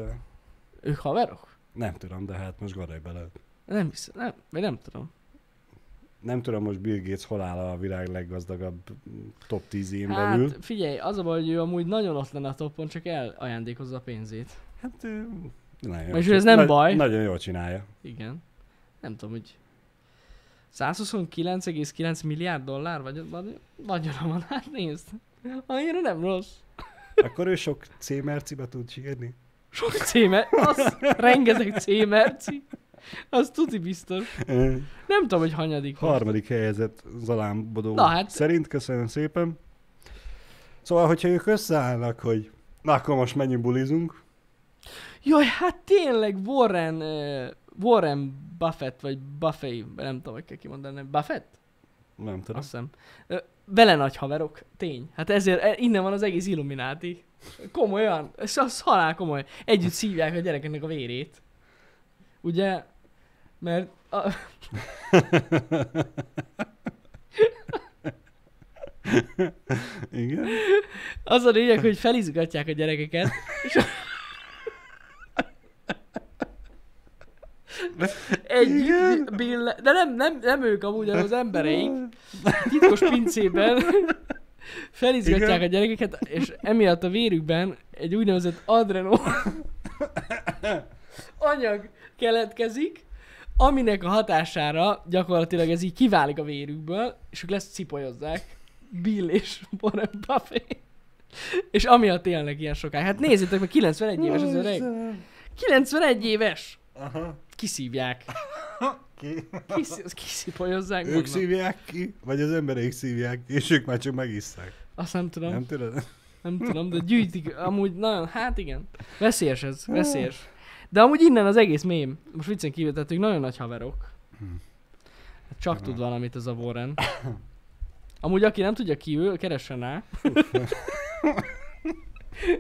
[SPEAKER 1] Ők haverok?
[SPEAKER 2] Nem tudom, de hát most gondolj bele.
[SPEAKER 1] Nem hiszem, nem, vagy nem tudom.
[SPEAKER 2] Nem tudom most Bill Gates hol áll a világ leggazdagabb mm, top 10 én
[SPEAKER 1] Hát
[SPEAKER 2] belül.
[SPEAKER 1] figyelj, az a baj, hogy ő amúgy nagyon ott lenne a toppon, csak elajándékozza a pénzét.
[SPEAKER 2] Hát ö, nagyon
[SPEAKER 1] Vagyis
[SPEAKER 2] jól
[SPEAKER 1] ez nem
[SPEAKER 2] csin- na-
[SPEAKER 1] baj.
[SPEAKER 2] Nagyon jól csinálja.
[SPEAKER 1] Igen. Nem tudom, hogy 129,9 milliárd dollár vagy, vagy nagyon van, hát nézd. Annyira nem rossz.
[SPEAKER 2] Akkor ő sok C-mercibe tud sírni.
[SPEAKER 1] Sok cémer,
[SPEAKER 2] [LAUGHS]
[SPEAKER 1] az rengeteg cémerci. Az tuti biztos.
[SPEAKER 2] Ö,
[SPEAKER 1] Nem tudom, hogy hanyadik most.
[SPEAKER 2] Harmadik helyezett Zalán Bodó
[SPEAKER 1] Na hát-
[SPEAKER 2] szerint, köszönöm szépen. Szóval, hogyha ők összeállnak, hogy na akkor most menjünk bulizunk,
[SPEAKER 1] Jaj, hát tényleg Warren, uh, Warren Buffett, vagy Buffet, nem tudom, hogy kell kimondani, Buffett?
[SPEAKER 2] nem tudom.
[SPEAKER 1] Azt hiszem. Uh, vele nagy haverok, tény. Hát ezért e, innen van az egész Illumináti. Komolyan, ez az halál komoly. Együtt szívják a gyerekeknek a vérét. Ugye? Mert a...
[SPEAKER 2] Igen.
[SPEAKER 1] az a lényeg, hogy felizgatják a gyerekeket, és
[SPEAKER 2] [LAUGHS]
[SPEAKER 1] Együtt,
[SPEAKER 2] Igen.
[SPEAKER 1] bille... de nem, nem, nem ők amúgy, hanem az embereik, titkos
[SPEAKER 2] [LAUGHS]
[SPEAKER 1] pincében felizgatják
[SPEAKER 2] Igen.
[SPEAKER 1] a gyerekeket, és emiatt a vérükben egy úgynevezett
[SPEAKER 2] [COUGHS]
[SPEAKER 1] adrenó anyag keletkezik, aminek a hatására gyakorlatilag ez így kiválik a vérükből, és ők lesz cipolyozzák. Bill és Warren Buffett. És amiatt élnek ilyen sokáig. Hát nézzétek meg, 91 éves az öreg.
[SPEAKER 2] Istenem.
[SPEAKER 1] 91 éves!
[SPEAKER 2] Aha. [COUGHS]
[SPEAKER 1] Kiszívják.
[SPEAKER 2] Ki?
[SPEAKER 1] Kisz, kiszipolyozzák.
[SPEAKER 2] Ők
[SPEAKER 1] mondom.
[SPEAKER 2] szívják ki, vagy az emberek szívják, és ők már csak megisszák.
[SPEAKER 1] Azt nem tudom.
[SPEAKER 2] Nem tudod?
[SPEAKER 1] Nem tudom, de gyűjtik, amúgy nagyon, hát igen. Veszélyes ez, veszélyes. De amúgy innen az egész mém. Most viccen kívül, tehát ők nagyon nagy haverok. Hát Csak tud valamit ez a Warren. Amúgy aki nem tudja ki ő, keressen rá.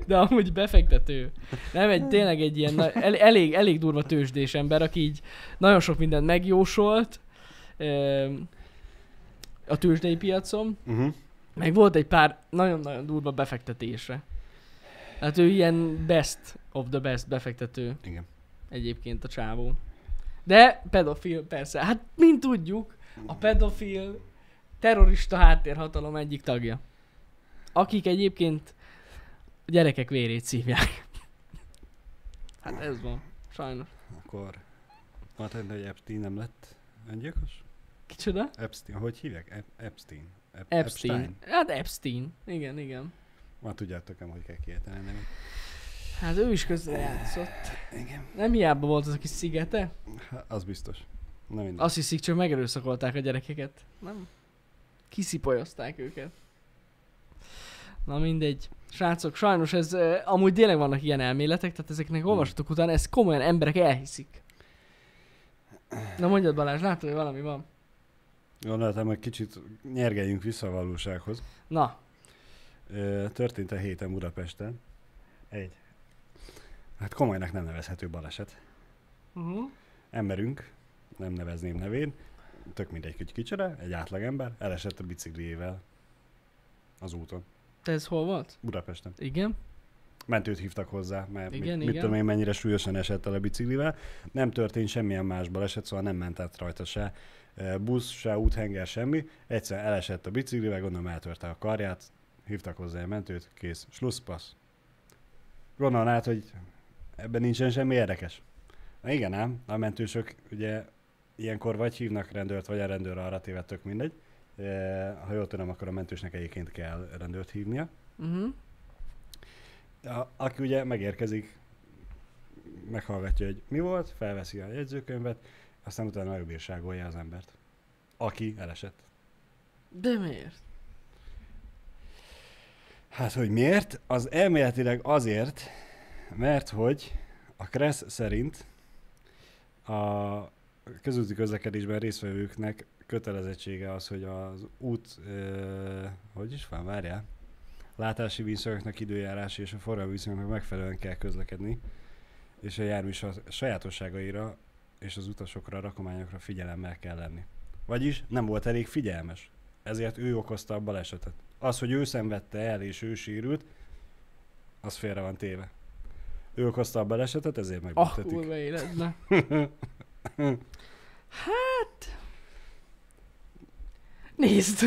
[SPEAKER 1] De amúgy befektető. Nem egy, tényleg egy ilyen na- el, elég, elég durva tőzsdés ember, aki így nagyon sok mindent megjósolt. Öm, A tőzsdei piacon,
[SPEAKER 2] Uh-huh.
[SPEAKER 1] Meg volt egy pár nagyon-nagyon durva befektetésre. Hát ő ilyen best of the best befektető
[SPEAKER 2] Igen.
[SPEAKER 1] egyébként a csávó. De pedofil, persze. Hát, mint tudjuk, a pedofil terrorista háttérhatalom egyik tagja. Akik egyébként a gyerekek vérét szívják. Hát ez van. Sajnos.
[SPEAKER 2] Akkor mondhatni, hogy Epstein nem lett öngyilkos?
[SPEAKER 1] Kicsoda?
[SPEAKER 2] Epstein, hogy hívják? Ep- Epstein. Ep-
[SPEAKER 1] Epstein. Hát Epstein. Igen, igen.
[SPEAKER 2] Már tudjátok nem, hogy kell kiejteni a nevét.
[SPEAKER 1] Hát ő is közrejátszott.
[SPEAKER 2] Igen.
[SPEAKER 1] Nem hiába volt az a kis szigete.
[SPEAKER 2] Hát, az biztos. Na mindegy.
[SPEAKER 1] Azt hiszik, csak megerőszakolták a gyerekeket. Nem. Kiszipolyozták őket. Na mindegy. Srácok, sajnos ez, ö, amúgy tényleg vannak ilyen elméletek, tehát ezeknek olvasatok után ezt komolyan emberek elhiszik. Na mondjad Balázs, látod, hogy valami van.
[SPEAKER 2] Gondoltam, hogy kicsit nyergeljünk vissza a valósághoz.
[SPEAKER 1] Na,
[SPEAKER 2] Ö, Történt a héten Budapesten. Egy. Hát komolynak nem nevezhető baleset.
[SPEAKER 1] uh-huh.
[SPEAKER 2] Emberünk, nem nevezném nevén, tök mindegy, hogy kicsoda, egy átlagember, elesett a bicikliével az úton,
[SPEAKER 1] te ez hol volt?
[SPEAKER 2] Budapesten.
[SPEAKER 1] Igen.
[SPEAKER 2] mentőt hívtak hozzá, mert igen, mit,
[SPEAKER 1] Igen,
[SPEAKER 2] igen. mit
[SPEAKER 1] igen.
[SPEAKER 2] tudom én, mennyire súlyosan esett el a biciklivel. Nem történt semmilyen más baleset, szóval nem ment át rajta se eh, busz, se úthenger, semmi. Egyszer elesett a biciklivel, gondolom eltörte a karját, hívtak hozzá a mentőt, kész, slusszpassz. Gondolom át, hogy ebben nincsen semmi érdekes. Na igen ám, a mentősök ugye ilyenkor vagy hívnak rendőrt, vagy a rendőr arra téved, tök mindegy. Eh, Ha jól tudom, akkor a mentősnek egyébként kell rendőrt hívnia.
[SPEAKER 1] Uh-huh.
[SPEAKER 2] A, aki ugye megérkezik, meghallgatja, hogy mi volt, felveszi a jegyzőkönyvet, aztán utána megbírságolja az embert. Aki elesett.
[SPEAKER 1] De miért?
[SPEAKER 2] Hát, hogy miért? Az elméletileg azért, mert hogy a Kressz szerint a közúti közlekedésben résztvevőknek kötelezettsége az, hogy az út, ö, hogy is van, várjál, látási viszonyoknak, időjárási és a forgalmi viszonyoknak megfelelően kell közlekedni, és a jármű sa- sajátosságaira és az utasokra, rakományokra figyelemmel kell lenni. Vagyis nem volt elég figyelmes, ezért ő okozta a balesetet. Az, hogy ő szenvedte el és ő sérült, az félre van téve. Ő okozta a balesetet, ezért
[SPEAKER 1] Ah,
[SPEAKER 2] megbüntetik.
[SPEAKER 1] kurva életbe. Hát... Nézd!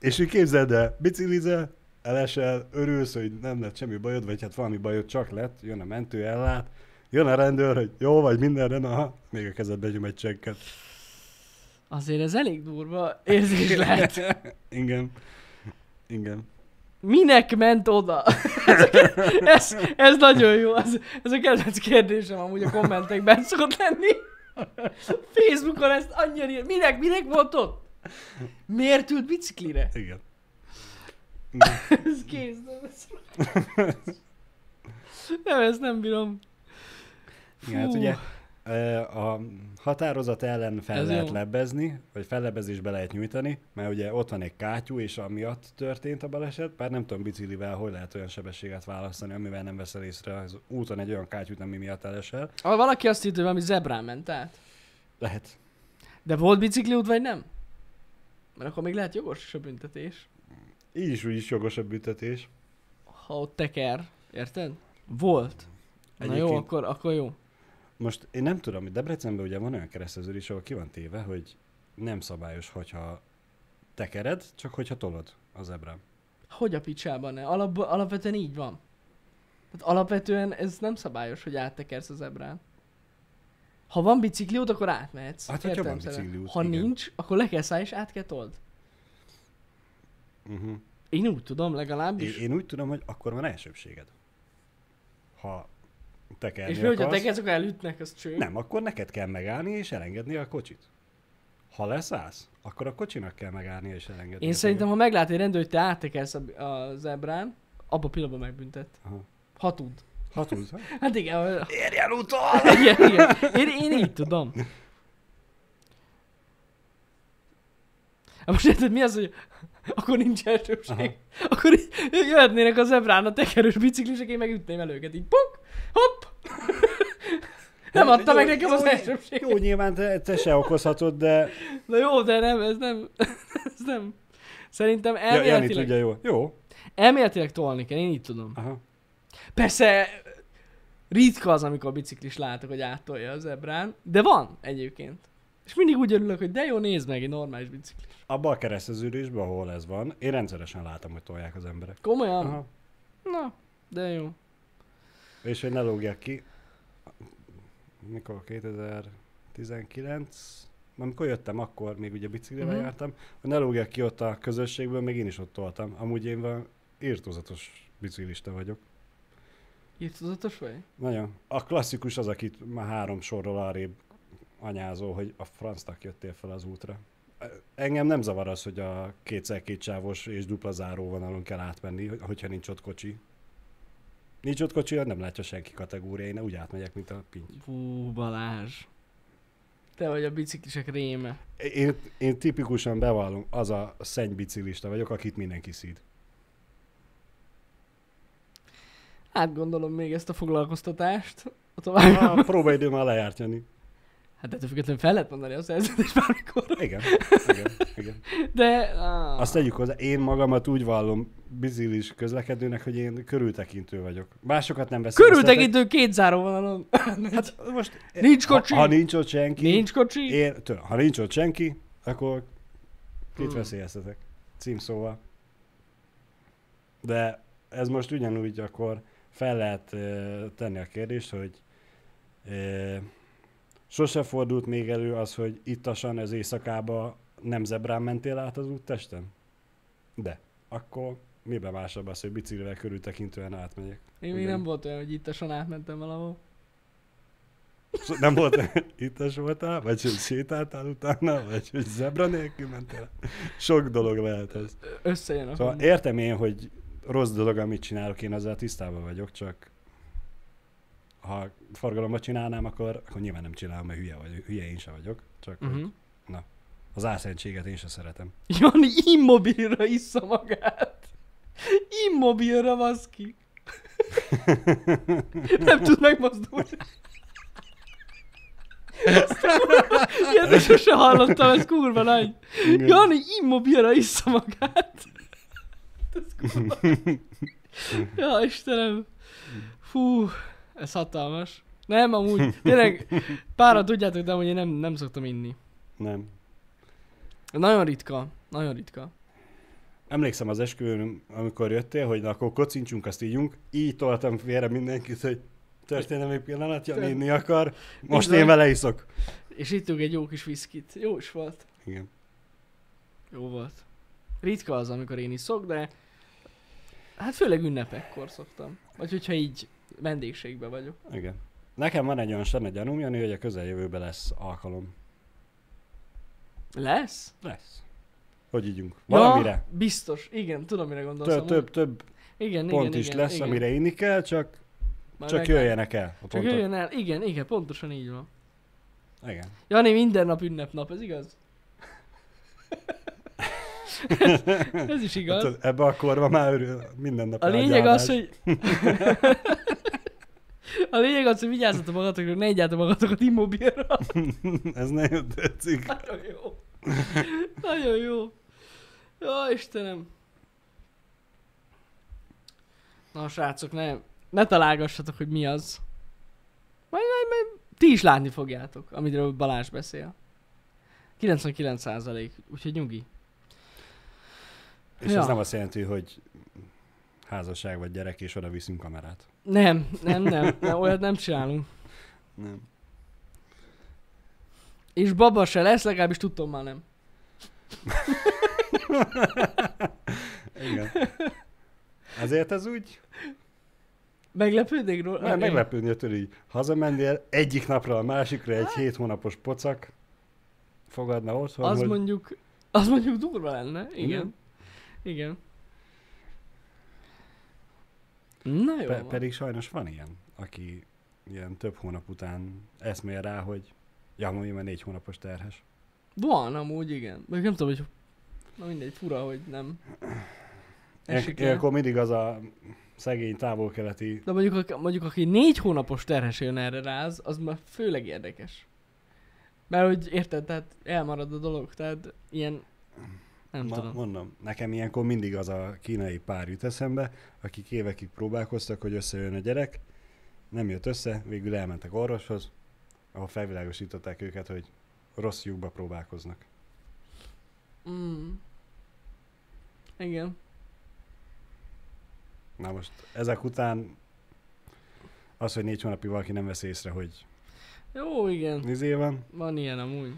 [SPEAKER 2] És így képzeld el, biciklizel, elesel, örülsz, hogy nem lett semmi bajod, vagy hát valami bajod csak lett, jön a mentő, ellát, jön a rendőr, hogy jó vagy mindenre, na, még a kezedbe nyom egy csekket.
[SPEAKER 1] Azért ez elég durva érzés lehet.
[SPEAKER 2] [LAUGHS] Igen. Igen.
[SPEAKER 1] Minek ment oda? [LAUGHS] ez, ez nagyon jó. Ez, ez a kedvenc kérdésem amúgy a kommentekben szokott lenni. Facebookon ezt annyira ír. Minek, minek volt ott? Miért ült biciklire?
[SPEAKER 2] [LAUGHS] Igen.
[SPEAKER 1] Ez kész. Nem, ez... nem, ezt nem bírom.
[SPEAKER 2] Igen, hát
[SPEAKER 1] Fú.
[SPEAKER 2] ugye ö, a határozat ellen fel
[SPEAKER 1] Ez
[SPEAKER 2] lehet
[SPEAKER 1] jó.
[SPEAKER 2] lebbezi, vagy fellebezésbe lehet nyújtani, mert ugye ott van egy kátyú, és amiatt történt a baleset, bár nem tudom biciklivel, hogy lehet olyan sebességet választani, amivel nem veszel észre az úton egy olyan kátyút, ami miatt elesel.
[SPEAKER 1] Ah, valaki azt hitt, hogy valami zebrán ment át.
[SPEAKER 2] Lehet.
[SPEAKER 1] De volt bicikliút, vagy nem? Mert akkor még lehet jogos is a büntetés.
[SPEAKER 2] Így is úgy is jogos a büntetés.
[SPEAKER 1] Ha ott teker. Érted? Volt. Na jó,
[SPEAKER 2] Egyébként-
[SPEAKER 1] akkor, akkor jó.
[SPEAKER 2] Most én nem tudom, hogy Debrecenben ugye van olyan keresztező is, ahol ki van téve, hogy nem szabályos, hogyha tekered, csak hogyha tolod a zebrán.
[SPEAKER 1] Hogy a picsában ne? Alap, alapvetően így van. Tehát alapvetően ez nem szabályos, hogy áttekersz az ebrán. Ha van bicikliút, akkor átmehetsz.
[SPEAKER 2] Hát, hogyha van
[SPEAKER 1] értelemszerűen.
[SPEAKER 2] bicikliút,
[SPEAKER 1] Ha
[SPEAKER 2] igen.
[SPEAKER 1] nincs, akkor le kell szállj és át kell told.
[SPEAKER 2] Uh-huh.
[SPEAKER 1] Én úgy tudom
[SPEAKER 2] Én,
[SPEAKER 1] legalábbis.
[SPEAKER 2] én úgy tudom, hogy akkor van elsőbséged. Ha tekerni
[SPEAKER 1] és mi,
[SPEAKER 2] akarsz,
[SPEAKER 1] hogyha tekersz, akkor elütnek, az cső.
[SPEAKER 2] Nem, akkor neked kell megállni és elengedni a kocsit. Ha leszállsz, akkor a kocsinak kell megállni és elengedni.
[SPEAKER 1] Én
[SPEAKER 2] a
[SPEAKER 1] szerintem, ha meglát egy rendőr, hogy te áttekersz a- az ebrán, abban a pillanatban megbüntet.
[SPEAKER 2] Aha.
[SPEAKER 1] Ha tud.
[SPEAKER 2] tekerni. Ha tudsz. ha?
[SPEAKER 1] Hát igen, ha-
[SPEAKER 2] Érj el utol!
[SPEAKER 1] [LAUGHS] igen, igen. Én, én így tudom. Hát most érted, mi az, hogy akkor nincs
[SPEAKER 2] Aha.
[SPEAKER 1] elsőbség. Akkor így jöhetnének az ebrán a tekerős biciklisek, én megütném el őket így. Puk!
[SPEAKER 2] [LAUGHS]
[SPEAKER 1] Hopp! Nem adta meg
[SPEAKER 2] Jó,
[SPEAKER 1] nekem az
[SPEAKER 2] jó,
[SPEAKER 1] elsőbséget.
[SPEAKER 2] Jó, nyilván te, te se okozhatod, de
[SPEAKER 1] Na jó, de nem, [LAUGHS] ez nem, ez nem Szerintem
[SPEAKER 2] Ja, Jani
[SPEAKER 1] elméletileg,
[SPEAKER 2] tudja jól. Jó.
[SPEAKER 1] elméletileg tolni kell, én így tudom.
[SPEAKER 2] Aha.
[SPEAKER 1] Persze ritka az, amikor biciklis látok, hogy áttolja az ebrán, de van egyébként. És mindig úgy örülök, hogy de jó, nézd meg, egy normális bicikli.
[SPEAKER 2] Abba a kereszteződésben, ahol ez van, én rendszeresen látom, hogy tolják az emberek.
[SPEAKER 1] Komolyan?
[SPEAKER 2] Aha.
[SPEAKER 1] Na, de jó.
[SPEAKER 2] És hogy ne lógják ki, mikor 2019, amikor jöttem, akkor még ugye biciklivel
[SPEAKER 1] Mhm.
[SPEAKER 2] uh-huh. jártam, hogy ne lógják ki ott a közösségből, még én is ott toltam. Amúgy én van írtózatos biciklista vagyok.
[SPEAKER 1] Írtozatos vagy?
[SPEAKER 2] Nagyon. A klasszikus az, akit már három sorról arrébb anyázol, hogy a francnak jöttél fel az útra. Engem nem zavar az, hogy a kétszer kétsávos és dupla záróvonalon kell átmenni, hogy- hogyha nincs ott kocsi. Nincs ott kocsi, nem látja senki kategória, én úgy átmegyek, mint a piny.
[SPEAKER 1] Fú, Balázs. Te vagy a biciklisek réme.
[SPEAKER 2] Én, én tipikusan bevallom, az a szenny biciklista vagyok, akit mindenki szíd.
[SPEAKER 1] Hát gondolom még ezt a foglalkoztatást. A tovább.
[SPEAKER 2] A próbaidő már lejárt, Jani.
[SPEAKER 1] Hát ettől függetlenül fel lehet mondani a szerződést bármikor.
[SPEAKER 2] Igen, igen, igen.
[SPEAKER 1] De... Ah.
[SPEAKER 2] Azt tegyük hozzá, én magamat úgy vallom bizilis közlekedőnek, hogy én körültekintő vagyok. Másokat nem veszek.
[SPEAKER 1] Körültekintő két záróvonalon.
[SPEAKER 2] Hát most...
[SPEAKER 1] Nincs kocsi.
[SPEAKER 2] Ha, ha nincs ott senki,
[SPEAKER 1] Nincs kocsi?
[SPEAKER 2] Én, tő, ha nincs ott senki, akkor kit
[SPEAKER 1] Hmm.
[SPEAKER 2] veszélyeztetek? Címszóval. De ez most ugyanúgy akkor fel lehet ö, tenni a kérdést, hogy ö, sose fordult még elő az, hogy ittasan az éjszakába nem zebrán mentél át az úttesten? De. Akkor miben másabb az, hogy biciklivel körültekintően átmegyek?
[SPEAKER 1] Én még
[SPEAKER 2] Ugyan.
[SPEAKER 1] nem volt olyan, hogy ittasan átmentem valahol.
[SPEAKER 2] Szó- Nem volt [LAUGHS] ittas voltál, vagy hogy sétáltál utána, vagy hogy zebra nélkül mentél? Sok dolog lehet ez.
[SPEAKER 1] Ö- Összejön a
[SPEAKER 2] Szóval
[SPEAKER 1] szóval
[SPEAKER 2] értem én, hogy rossz dolog, amit csinálok, én azzal tisztában vagyok, csak ha forgalomba csinálnám, akkor, akkor nyilván nem csinálom, mert hülye, vagy, hülye én sem vagyok. Csak uh-huh.
[SPEAKER 1] uh-huh.
[SPEAKER 2] az álszentséget én sem szeretem.
[SPEAKER 1] [LAUGHS] Jani immobilra issza magát. Immobilra, baszki. Nem tud megmozdulni. Azt a kurva- Ilyet még sose hallottam, ez kurva nagy.
[SPEAKER 2] Igen.
[SPEAKER 1] Jani immobilra issza magát. Ez kurva. Ja, Istenem. Fú, ez hatalmas. Nem, amúgy, tényleg, pára tudjátok, de amúgy én nem, nem szoktam inni.
[SPEAKER 2] Nem.
[SPEAKER 1] Nagyon ritka, nagyon ritka.
[SPEAKER 2] Emlékszem az esküvőn, amikor jöttél, hogy na, akkor kocincsunk, azt ígyunk. Így toltam félre mindenkit, hogy történelmi pillanat, Jani inni akar, most én vele iszok.
[SPEAKER 1] És ittunk egy jó kis viszkit. Jó is volt.
[SPEAKER 2] Igen.
[SPEAKER 1] Jó volt. Ritka az, amikor én iszok, de hát főleg ünnepekkor szoktam. Vagy hogyha így vendégségbe vagyok.
[SPEAKER 2] Igen. Nekem van egy olyan serne gyanúm, Jani, hogy a közeljövőben lesz alkalom.
[SPEAKER 1] Lesz?
[SPEAKER 2] Lesz. Hogy ígyunk? Valamire.
[SPEAKER 1] Ja, biztos. Igen, tudom, mire gondolsz.
[SPEAKER 2] Több,
[SPEAKER 1] amúgy.
[SPEAKER 2] több, több
[SPEAKER 1] igen,
[SPEAKER 2] pont
[SPEAKER 1] igen,
[SPEAKER 2] is
[SPEAKER 1] igen,
[SPEAKER 2] lesz,
[SPEAKER 1] igen.
[SPEAKER 2] amire inni kell, csak,
[SPEAKER 1] Majd
[SPEAKER 2] csak
[SPEAKER 1] meg-
[SPEAKER 2] jöjjenek el a
[SPEAKER 1] Csak
[SPEAKER 2] pontok.
[SPEAKER 1] jöjjön el. Igen, igen, pontosan így van.
[SPEAKER 2] Igen.
[SPEAKER 1] Jani, minden nap ünnepnap, ez
[SPEAKER 2] [LAUGHS]
[SPEAKER 1] igaz? ez, ez is igaz.
[SPEAKER 2] Hát, ebbe a korba már örül minden nap.
[SPEAKER 1] A lényeg az, hogy... [LAUGHS] A lényeg az, hogy vigyázzatok magatokra, ne egyáltalán magatokat immobilra. [LAUGHS]
[SPEAKER 2] [LAUGHS] Ez nagyon tetszik.
[SPEAKER 1] Nagyon jó. Nagyon jó. Jó, Istenem. Na, srácok, ne, ne találgassatok, hogy mi az. Majd, majd, majd ti is látni fogjátok, amiről Balázs beszél. 99 százalék, úgyhogy nyugi.
[SPEAKER 2] És
[SPEAKER 1] Ja.
[SPEAKER 2] ez nem azt jelenti, hogy házasság vagy gyerek, és oda viszünk kamerát.
[SPEAKER 1] Nem, nem, nem, nem, olyat nem csinálunk.
[SPEAKER 2] Nem.
[SPEAKER 1] És baba se lesz, legalábbis tudtam már nem. [LAUGHS]
[SPEAKER 2] Igen. Ezért ez úgy,
[SPEAKER 1] Meglepődnék róla?
[SPEAKER 2] nem,
[SPEAKER 1] Én-
[SPEAKER 2] meglepődni, hogy így hazamennél egyik napra a másikra
[SPEAKER 1] Hát.
[SPEAKER 2] egy hét hónapos pocak, fogadna otthon,
[SPEAKER 1] Az
[SPEAKER 2] hogy...
[SPEAKER 1] mondjuk, az mondjuk durva lenne, igen. Igen. Na jó.
[SPEAKER 2] Pe-
[SPEAKER 1] Pe-
[SPEAKER 2] pedig sajnos van ilyen, aki ilyen több hónap után eszmél rá, hogy ja, mondjuk már négy hónapos terhes.
[SPEAKER 1] Van amúgy, igen. Még nem tudom, hogy... Na mindegy, fura, hogy nem.
[SPEAKER 2] Ilyen-
[SPEAKER 1] Esik el.
[SPEAKER 2] Ilyenkor mindig az a szegény távol-keleti,
[SPEAKER 1] De mondjuk, aki- mondjuk aki négy hónapos terhes jön erre ráz, az már főleg érdekes. Mert hogy érted, tehát elmarad a dolog, tehát ilyen... Nem
[SPEAKER 2] Ma,
[SPEAKER 1] tudom.
[SPEAKER 2] mondom, nekem ilyenkor mindig az a kínai pár jut eszembe, akik évekig próbálkoztak, hogy összejön a gyerek, nem jött össze, végül elmentek orvoshoz, ahol felvilágosították őket, hogy rossz lyukba próbálkoznak.
[SPEAKER 1] Mm. Igen.
[SPEAKER 2] Na most ezek után az, hogy négy hónapig valaki nem vesz észre, hogy
[SPEAKER 1] Jó, igen.
[SPEAKER 2] izé van,
[SPEAKER 1] Van ilyen amúgy.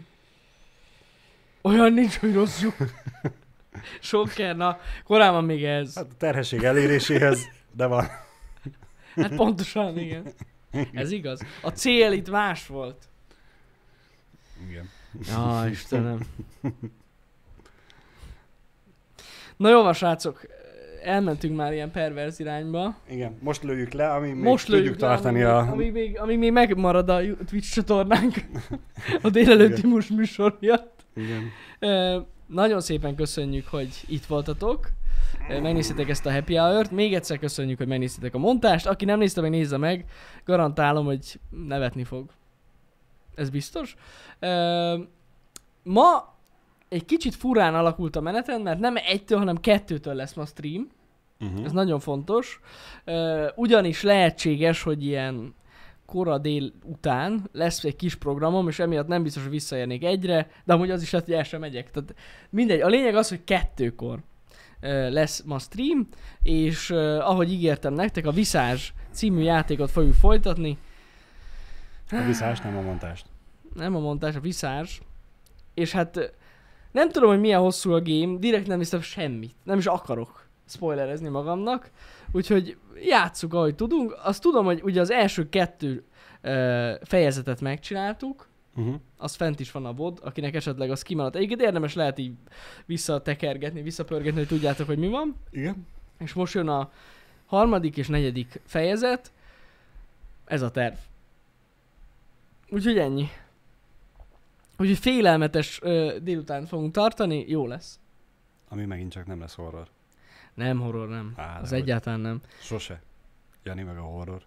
[SPEAKER 1] Olyan nincs, hogy rossz
[SPEAKER 2] [LAUGHS]
[SPEAKER 1] lyuk. Sokker, na, korábban még ez.
[SPEAKER 2] hát a terhesség eléréséhez, de van.
[SPEAKER 1] Hát pontosan, igen. Ez igaz. A cél itt más volt.
[SPEAKER 2] Igen. [LAUGHS]
[SPEAKER 1] Ja, Istenem. Na jó, van, srácok, elmentünk már ilyen perverz irányba.
[SPEAKER 2] Igen, most lőjük le, ami még
[SPEAKER 1] Most
[SPEAKER 2] tudjuk
[SPEAKER 1] lőjük le,
[SPEAKER 2] tartani
[SPEAKER 1] amíg,
[SPEAKER 2] a...
[SPEAKER 1] amíg, még, amíg még megmarad a Twitch
[SPEAKER 2] [LAUGHS]
[SPEAKER 1] csatornánk a délelőtti
[SPEAKER 2] Igen.
[SPEAKER 1] most műsor miatt.
[SPEAKER 2] Igen.
[SPEAKER 1] Ö, nagyon szépen köszönjük, hogy itt voltatok. Ö, Megnéztétek ezt a happy hour-t. Még egyszer köszönjük, hogy megnéztétek a montást. Aki nem nézte meg, nézze meg. Garantálom, hogy nevetni fog. Ez biztos. Ö, ma egy kicsit furán alakult a meneten, mert nem egytől, hanem kettőtől lesz ma stream.
[SPEAKER 2] Uh-huh.
[SPEAKER 1] Ez nagyon fontos. Ö, Ugyanis lehetséges, hogy ilyen kora dél után lesz egy kis programom, és emiatt nem biztos, hogy visszaérnék egyre, de amúgy az is lehet, hogy el sem megyek. Tehát mindegy. A lényeg az, hogy kettőkor ö, lesz ma stream, és ö, ahogy ígértem nektek, a Viszázs című játékot fogjuk folytatni.
[SPEAKER 2] A viszás, nem a montást.
[SPEAKER 1] Nem a montás, a Viszázs. És hát ö, nem tudom, hogy milyen hosszú a game, direkt nem hiszem semmit. Nem is akarok spoilerezni magamnak. Úgyhogy játsszuk, ahogy tudunk. Azt tudom, hogy ugye az első kettő ö, fejezetet megcsináltuk,
[SPEAKER 2] Uh-huh.
[SPEAKER 1] az fent is van a bod, akinek esetleg az kimaradt. Egyébként érdemes lehet így visszatekergetni, visszapörgetni, hogy tudjátok, hogy mi van.
[SPEAKER 2] Igen.
[SPEAKER 1] És most jön a harmadik és negyedik fejezet. Ez a terv. Úgyhogy ennyi. Úgyhogy félelmetes ö, délután fogunk tartani, jó lesz.
[SPEAKER 2] Ami megint csak nem lesz horror.
[SPEAKER 1] Nem horror, nem.
[SPEAKER 2] Á,
[SPEAKER 1] Az
[SPEAKER 2] dehogy.
[SPEAKER 1] egyáltalán nem.
[SPEAKER 2] Sose. Jani meg a horror.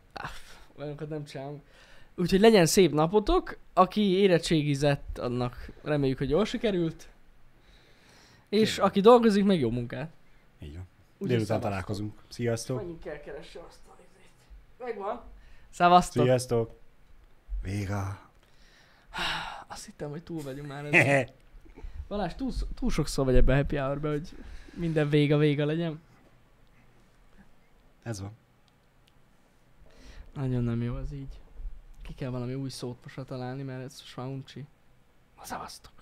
[SPEAKER 1] Olyanokat nem csinálunk. Úgyhogy legyen szép napotok. Aki érettségizett, annak reméljük, hogy jól sikerült. És
[SPEAKER 2] Tényleg.
[SPEAKER 1] aki dolgozik, meg jó munkát.
[SPEAKER 2] Így van.
[SPEAKER 1] Úgyhogy
[SPEAKER 2] Délután
[SPEAKER 1] szavaztok.
[SPEAKER 2] találkozunk. Sziasztok!
[SPEAKER 1] Menjünk kell keresni azt a izét. Megvan. Szevasztok.
[SPEAKER 2] Sziasztok! Véga!
[SPEAKER 1] Azt hittem, hogy túl vagyunk már ezen. Balázs, túl, szó- túl sokszor vagy ebben a happy hour hogy minden véga véga legyen.
[SPEAKER 2] [LAUGHS] Ez van.
[SPEAKER 1] Nagyon nem jó ez így. Ki kell valami új szót most már találni, mert ez most már uncsi. Na, Szevasztok!